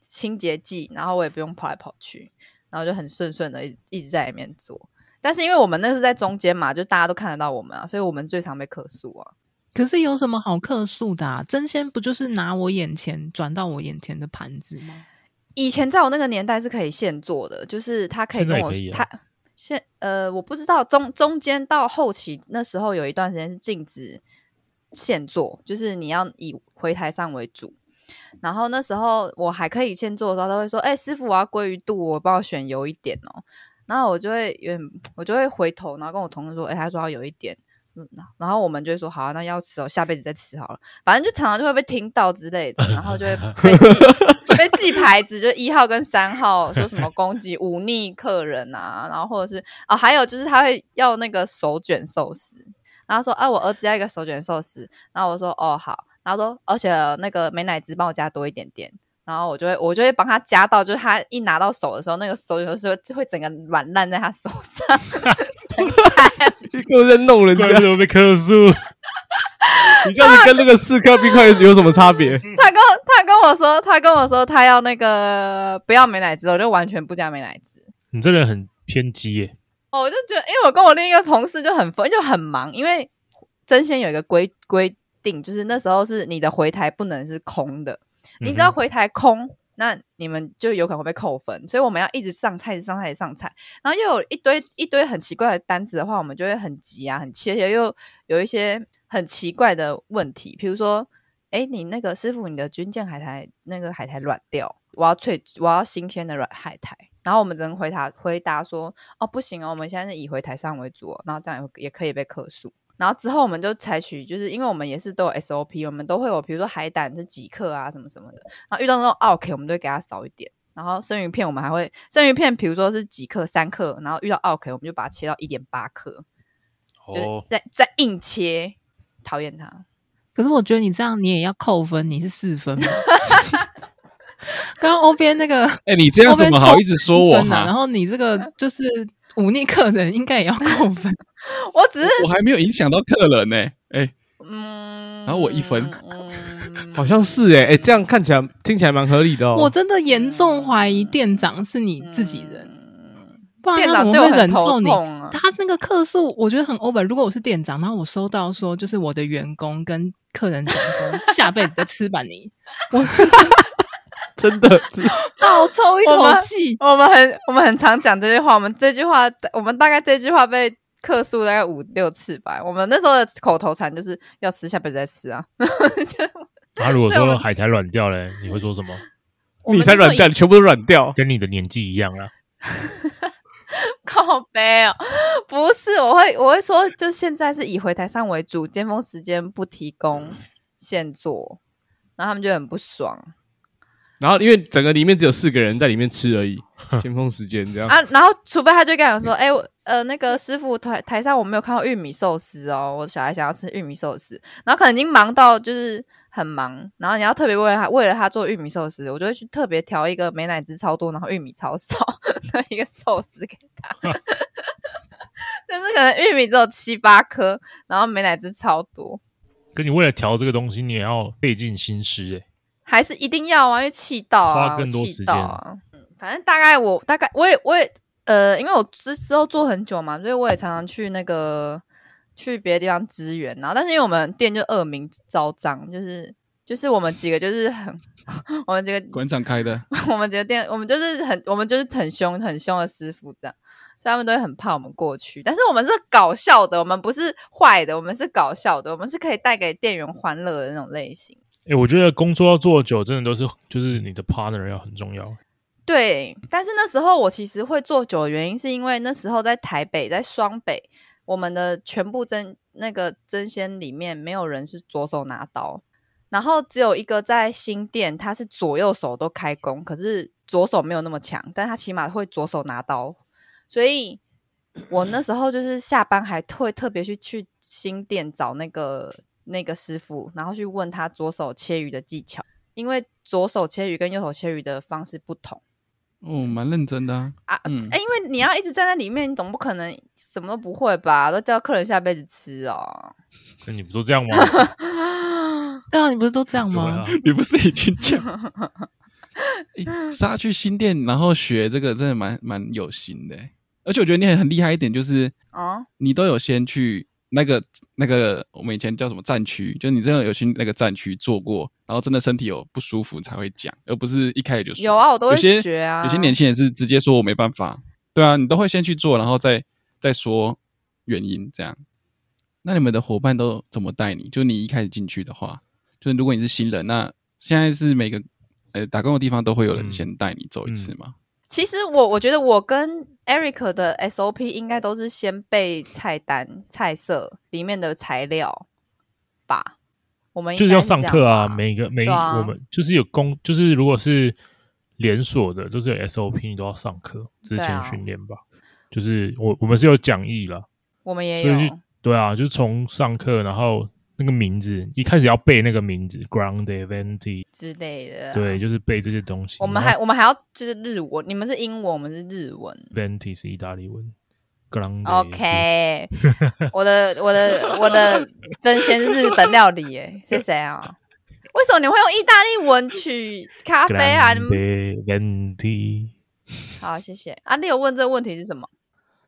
清洁剂，然后我也不用跑来跑去，然后就很顺顺的一一直在里面做。但是因为我们那是在中间嘛，就大家都看得到我们啊，所以我们最常被客诉啊。可是有什么好客诉的、啊？真仙不就是拿我眼前转到我眼前的盘子吗？以前在我那个年代是可以现做的，就是他可以现在跟也我可以啊他现呃，我不知道中中间到后期那时候有一段时间是禁止现做，就是你要以回台上为主。然后那时候我还可以现做的时候，他会说：“哎、师傅，我要鲑鱼肚，我帮我选油一点哦。”然后我就会有点，我就会回头，然后跟我同事说：“哎、他说要有一点。”嗯，然后我们就会说：“好啊、那要吃哦，下辈子再吃好了。”反正就常常就会被听到之类的，然后就会 (laughs) 被记被记牌子，就一号跟三号说什么攻击忤逆客人啊， (laughs) 然后或者是哦，还有就是他会要那个手卷寿司，然后说啊，我儿子要一个手卷寿司，然后我说哦好，然后说而且那个美乃滋帮我加多一点点，然后我就会我就会帮他加到，就是他一拿到手的时候，那个手卷寿司会会整个软烂在他手上，你根本在弄人家怪，不得我被客诉，你这样子跟那个四颗冰块有什么差别？他跟我他跟我说，他跟我说他要那个不要美乃滋，我就完全不加美乃滋。你真的很偏激耶。哦，我就觉得，因为我跟我另一个同事就很疯，就很忙，因为真仙有一个规规定，就是那时候是你的回台不能是空的，你只要嗯哼回台空，那你们就有可能会被扣分，所以我们要一直上菜，一直上菜，一直上菜，然后又有一堆一堆很奇怪的单子的话，我们就会很急啊，很气，而且又有一些很奇怪的问题，比如说，哎，你那个师傅，你的军舰海苔那个海苔软掉，我要脆，我要新鲜的软海苔。然后我们只能回答回答说，哦，不行哦，我们现在是以回台上为主、哦，然后这样也也可以被客诉。然后之后我们就采取，就是因为我们也是都有 SOP，我们都会有，比如说海胆是几克啊，什么什么的。然后遇到那种 OK，我们都会给它少一点。然后生鱼片我们还会生鱼片，比如说是几克三克，然后遇到 OK，我们就把它切到一点八克，就是哦，再再硬切，讨厌它。可是我觉得你这样你也要扣分，你是四分 (laughs) 吗。刚刚欧边那个哎、你这样怎么好意思说我分啊？然哈？后你这个就是忤逆客人，应该也要扣分。我只是我还没有影响到客人呢、哎、嗯，然后我一分嗯 (laughs) 好像是哎、欸、哎、这样看起来听起来蛮合理的哦。我真的严重怀疑店长是你自己人，人，不然店他怎么长嗯对我会很忍头受你？痛啊。他那个客诉，我觉得很 over。如果我是店长，然后我收到说，就是我的员工跟客人讲 (laughs) 说，下辈子再吃吧你，真的，倒抽一我口们气。我们很我们很常讲这句话，我们这句话我们大概这句话被客诉大概五六次吧。我们那时候的口头禅就是要吃，下辈子再吃啊。就 (laughs) 他如果所以我说们海苔软掉嘞，你会说什么？我你们才那时候软掉，一你全部都软掉。跟你的年纪一样啦。啊靠背哦，不是，我会我会说，就现在是以回台上为主，尖峰时间不提供现做，然后他们就很不爽然后因为整个里面只有四个人在里面吃而已，先锋时间这样。啊。然后除非他就跟我说，哎、我呃，那个师傅台台上我没有看到玉米寿司哦，我小孩想要吃玉米寿司，然后可能已经忙到就是很忙，然后你要特别为了他为了他做玉米寿司，我就会去特别调一个美乃滋超多，然后玉米超少 (laughs) 的一个寿司给他， (laughs) 就是可能玉米只有七八颗，然后美乃滋超多，跟你为了调这个东西，你也要费尽心思诶、还是一定要啊，因为气到啊，花更多气时间到啊。嗯，反正大概我大概我也我也呃，因为我之之后做很久嘛，所以我也常常去那个去别的地方支援。然后，但是因为我们店就恶名昭彰，就是就是我们几个就是很 (laughs) 我们几个馆长开的， (laughs) 我们几个店，我们就是很，我们就是很凶、很凶的师傅这样，所以他们都会很怕我们过去。但是我们是搞笑的，我们不是坏的，我们是搞笑的，我们是可以带给店员欢乐的那种类型。诶、欸我觉得工作要做久，真的都是就是你的 partner 要很重要。对，但是那时候我其实会做酒的原因，是因为那时候在台北，在双北，我们的全部真那个真鲜里面，没有人是左手拿刀，然后只有一个在新店，他是左右手都开工，可是左手没有那么强，但他起码会左手拿刀，所以我那时候就是下班还会特别去去新店找那个那个师傅，然后去问他左手切鱼的技巧，因为左手切鱼跟右手切鱼的方式不同。哦，蛮认真的、啊。啊、嗯欸因为你要一直站在里面，你总不可能什么都不会吧？都叫客人下辈子吃哦。那你不都这 (laughs) 样吗？啊对啊，你不是都这样对吗啊？，你不是已经讲？欸杀去新店，然后学这个真的蛮蛮有心的欸、而且我觉得你很很厉害一点，就是哦，你都有先去那个那个我们以前叫什么战区，就你真的有去那个战区做过，然后真的身体有不舒服才会讲，而不是一开始就说有啊，我都会有些学啊。有些年轻人是直接说我没办法，对啊，你都会先去做，然后再再说原因这样。那你们的伙伴都怎么带你？就你一开始进去的话，就是如果你是新人，那现在是每个呃打工的地方都会有人嗯先带你走一次嘛？其实我我觉得我跟 Eric 的 SOP 应该都是先背菜单、菜色里面的材料吧。我们应就是该要是上这样课啊，吧每一个每一对啊我们就是有工，就是如果是连锁的，就是有 SOP，你都要上课之对啊前训练吧。就是我我们是有讲义了，我们也所以就有。对啊，就是从上课，然后那个名字一开始要背那个名字，Ground Event，之类的啊、对，就是背这些东西。我们还我们还要就是日文，你们是英文，我们是日文。 Event 是意大利文，Ground OK，我 (laughs) 的我的我的真鲜是日本料理 (laughs) 耶，是谁啊？为什么你会用意大利文取咖啡啊？你们 Event 好，谢谢。啊，你有问这个问题是什么？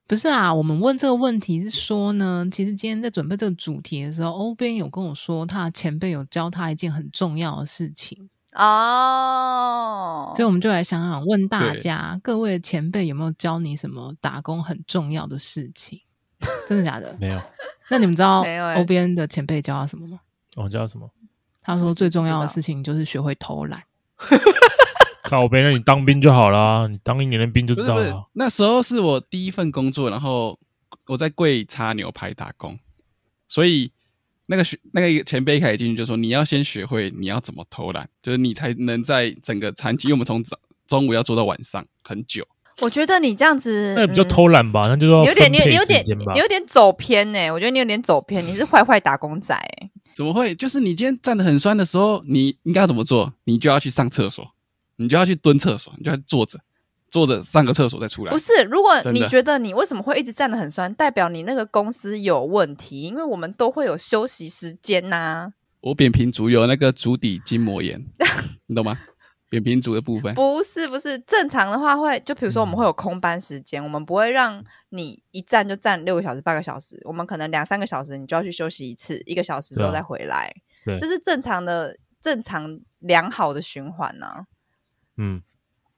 不是啊，我们问这个问题是说呢，其实今天在准备这个主题的时候，欧边有跟我说，他的前辈有教他一件很重要的事情，哦，所以我们就来想想问大对家，各位前辈有没有教你什么打工很重要的事情？真的假的？没有，那你们知道没有欸欧边的前辈教他什么吗？我叫什么？他说最重要的不知道事情就是学会偷懒。靠背，那你当兵就好啦，你当一年的兵就不知是道啊不是了。，那时候是我第一份工作，然后我在柜擦牛排打工，所以那个学那个前辈一开始进去就说你要先学会你要怎么偷懒，就是你才能在整个餐期，因为我们从早中午要做到晚上很久。我觉得你这样子，那也比较嗯偷懒吧，那就要你有点，你有分你配有点时间，吧你有点走偏呢。我觉得你有点走 (laughs) 偏，你是坏坏打工仔欸。怎么会？就是你今天站得很酸的时候，你应该要怎么做？你就要去上厕所，你就要去蹲厕所，你就要坐着，坐着上个厕所再出来。不是，如果真的你觉得你为什么会一直站得很酸，代表你那个公司有问题，因为我们都会有休息时间啊呐、我扁平足有那个足底筋膜炎，你懂吗？扁平足的部分，不是不是，正常的话会就比如说我们会有空班时间，我们不会让你一站就站六个小时、八个小时，我们可能两三个小时你就要去休息一次，一个小时之后对啊再回来，对这是正常的、正常良好的循环呐、嗯，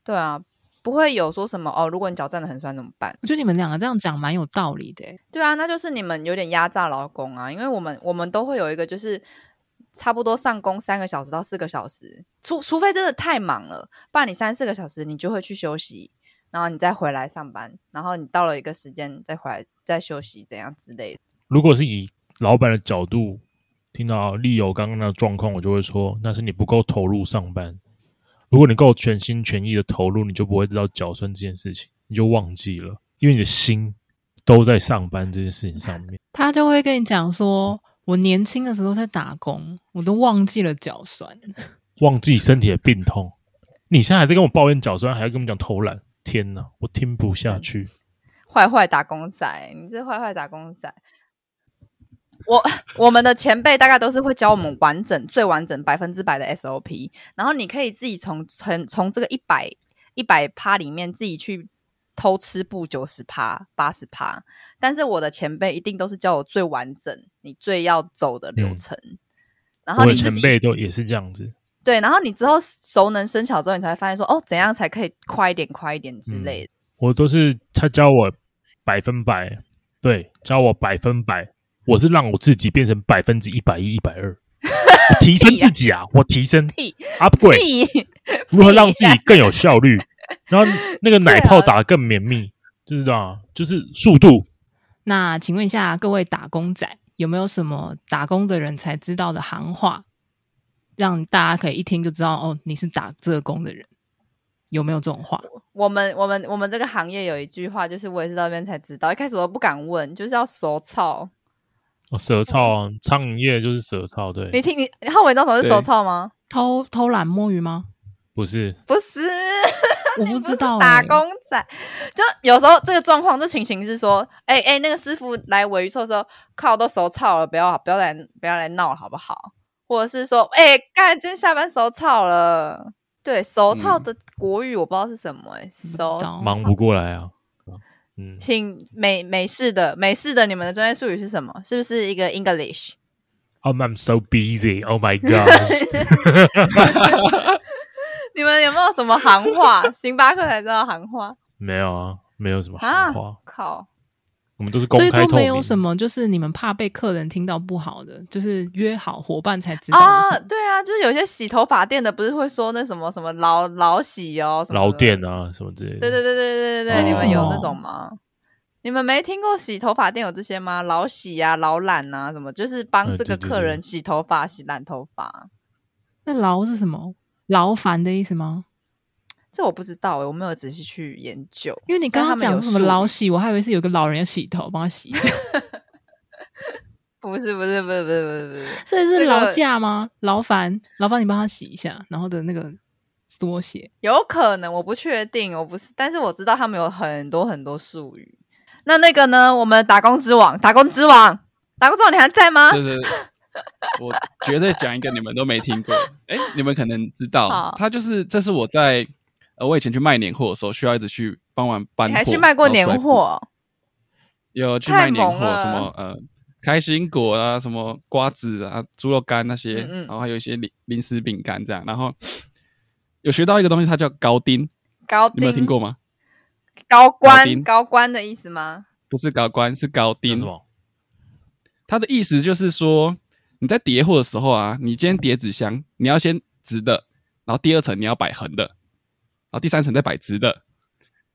对啊，不会有说什么哦，如果你脚站得很酸怎么办？我觉得你们两个这样讲蛮有道理的欸、对啊，那就是你们有点压榨劳工啊，因为我们我们都会有一个就是差不多上工三个小时到四个小时，除除非真的太忙了，不然你三四个小时你就会去休息，然后你再回来上班，然后你到了一个时间再回来再休息，怎样之类的。如果是以老板的角度听到利友刚刚那个状况，我就会说那是你不够投入上班。如果你够全心全意的投入，你就不会知道脚酸这件事情，你就忘记了，因为你的心都在上班这件事情上面。他就会跟你讲说，我年轻的时候在打工，我都忘记了脚酸。 (laughs) 忘记身体的病痛。你现在还在跟我抱怨脚酸，还要跟我们讲偷懒，天哪，我听不下去。坏坏打工仔，你这坏坏打工仔。我我们的前辈大概都是会教我们完整、最完整、百分之百的 SOP，然后你可以自己从从从这个一百一百趴里面自己去偷吃步九十趴、八十趴，但是我的前辈一定都是教我最完整、你最要走的流程，然后嗯你我的自前己辈都也是这样子，对，然后你之后熟能生巧之后，你才会发现说哦，怎样才可以快一点、快一点之嗯类的。我都是他教我百分百，对，教我百分百，我是让我自己变成百分之一百一、一百二，我提升自己啊，我提升屁 upgrade，屁如何让自己更有 (laughs) 效率，然后那个奶是啊泡打得更绵密，就是这样啊，就是速度。那请问一下各位打工仔，有没有什么打工的人才知道的行话，让大家可以一听就知道哦，你是打这个工的人？有没有这种话？我们我们我们这个行业有一句话，就是我也是到那边才知道，一开始我都不敢问，就是要手操。哦，舌操啊，嗯苍蝇业就是舌操，你对，听你浩文，你知道什么是手操吗？偷偷懒摸鱼吗？不是不是，我 (laughs) 不知道、欸。打工仔。就有时候这个状况，这情形是说，哎、哎、那个师傅来尾鱼臭的时候，靠，都手操了，不要不要来不要来闹了，好不好？或者是说，哎、干，今天下班手操了。对，手操嗯的国语我不知道是什么、欸，知手道忙不过来啊，嗯，请美美式的美式的，你们的专业术语是什么？是不是一个 English？ Oh, I'm so busy. Oh (laughs) my god！你们有没有什么行话？星巴克才知道行话没有啊，没有什么啊好话，！靠，我们都是公所以开都透没明有的。什么，就是你们怕被客人听到不好的，就是约好伙伴才知道的啊，对啊，就是有些洗头发店的不是会说那什么什么老老洗哦，什么老的店。啊什么之类的。对对对对对对对，哦你们有那种吗？你们没听过洗头发店有这些吗？老洗啊，老懒啊，什么就是帮嗯这个对对客对人洗头发、洗染头发。那劳是什么？劳烦的意思吗？这我不知道哎、我没有仔细去研究。因为你刚刚但他讲们什有么术语老洗，我还以为是有个老人要洗头，帮他洗一 (laughs) 下，不是不是不是不是不是不是，所以这是个劳驾吗？劳烦，劳烦你帮他洗一下，然后的那个缩写。有可能，我不确定，我不是，但是我知道他们有很多很多术语。那那个呢？我们打工之王，打工之王，打工之王，你还在吗？就是我绝对讲一个你们都没听 (laughs) 过，哎、你们可能知道好，他就是这是我在呃我以前去卖年货的时候需要一直去帮忙搬你货，还去卖过然后年甩布，货？有去太卖年猛货，了什么呃开心果啊，什么瓜子啊，猪肉干那些，嗯嗯然后还有一些零零食饼干这样，然后有学到一个东西，它叫高丁，高你们有丁听过吗？高高官丁高官的意思吗？不是高官，是高那丁什。么？它的意思就是说，你在叠货的时候啊，你今天叠纸箱，你要先直的，然后第二层你要摆横的，然后第三层再摆直哦的。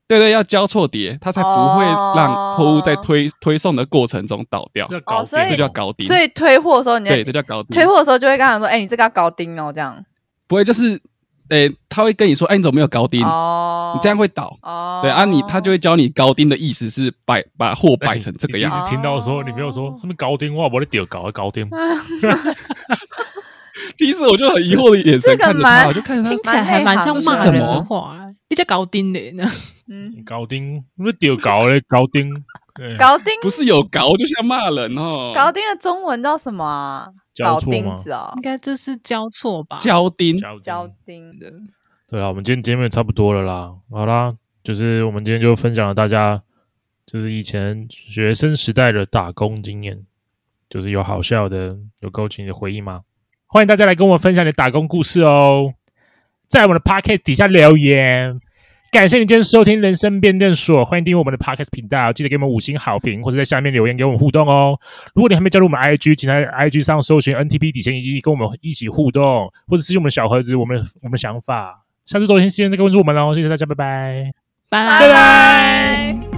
对对，要交错叠，它才不会让货物在推、推送的过程中倒掉。这叫高所以哦店，这叫高丁，所以推货的时候你就，对，这叫高丁。推货的时候就会跟他说：“哎、你这个要高丁哦，这样不会就是，诶、他会跟你说，哎、你怎么没有高丁？哦，你这样会倒。哦，对啊你，他就会教你高丁的意思是摆把货摆成哎这个样你子。一直听到说，你没有哦说什么高丁哇，我的屌啊搞高 (laughs) 丁，第一次我就很疑惑的眼这神个看着蛮他，我就看着他听起来还蛮像骂人的蛮内行话，一家搞定的呢。嗯，高丁，我的屌搞嘞，高 (laughs) 丁，哎对高丁不是有搞，就像骂人哦。高丁的中文叫什么啊？交搞错钉吗嗯子哦应，该就是交错吧？胶钉，交交丁。丁的对啊，我们今天节目也差不多了啦。好啦，就是我们今天就分享了大家就是以前学生时代的打工经验，就是有好笑的，有勾起你的回忆吗？欢迎大家来跟我们分享你的打工故事哦，在我们的 podcast 底下留言，感谢你今天收听《人生辩证所》，欢迎订阅我们的 Podcast 频道，记得给我们五星好评，或者在下面留言给我们互动哦。如果你还没加入我们 IG，请在 IG 上搜寻 NTP 底线一，跟我们一起互动，或者私信我们的小盒子，我们的我们的想法。下次周天时间再关注我们哦，谢谢大家，拜拜。拜拜拜拜。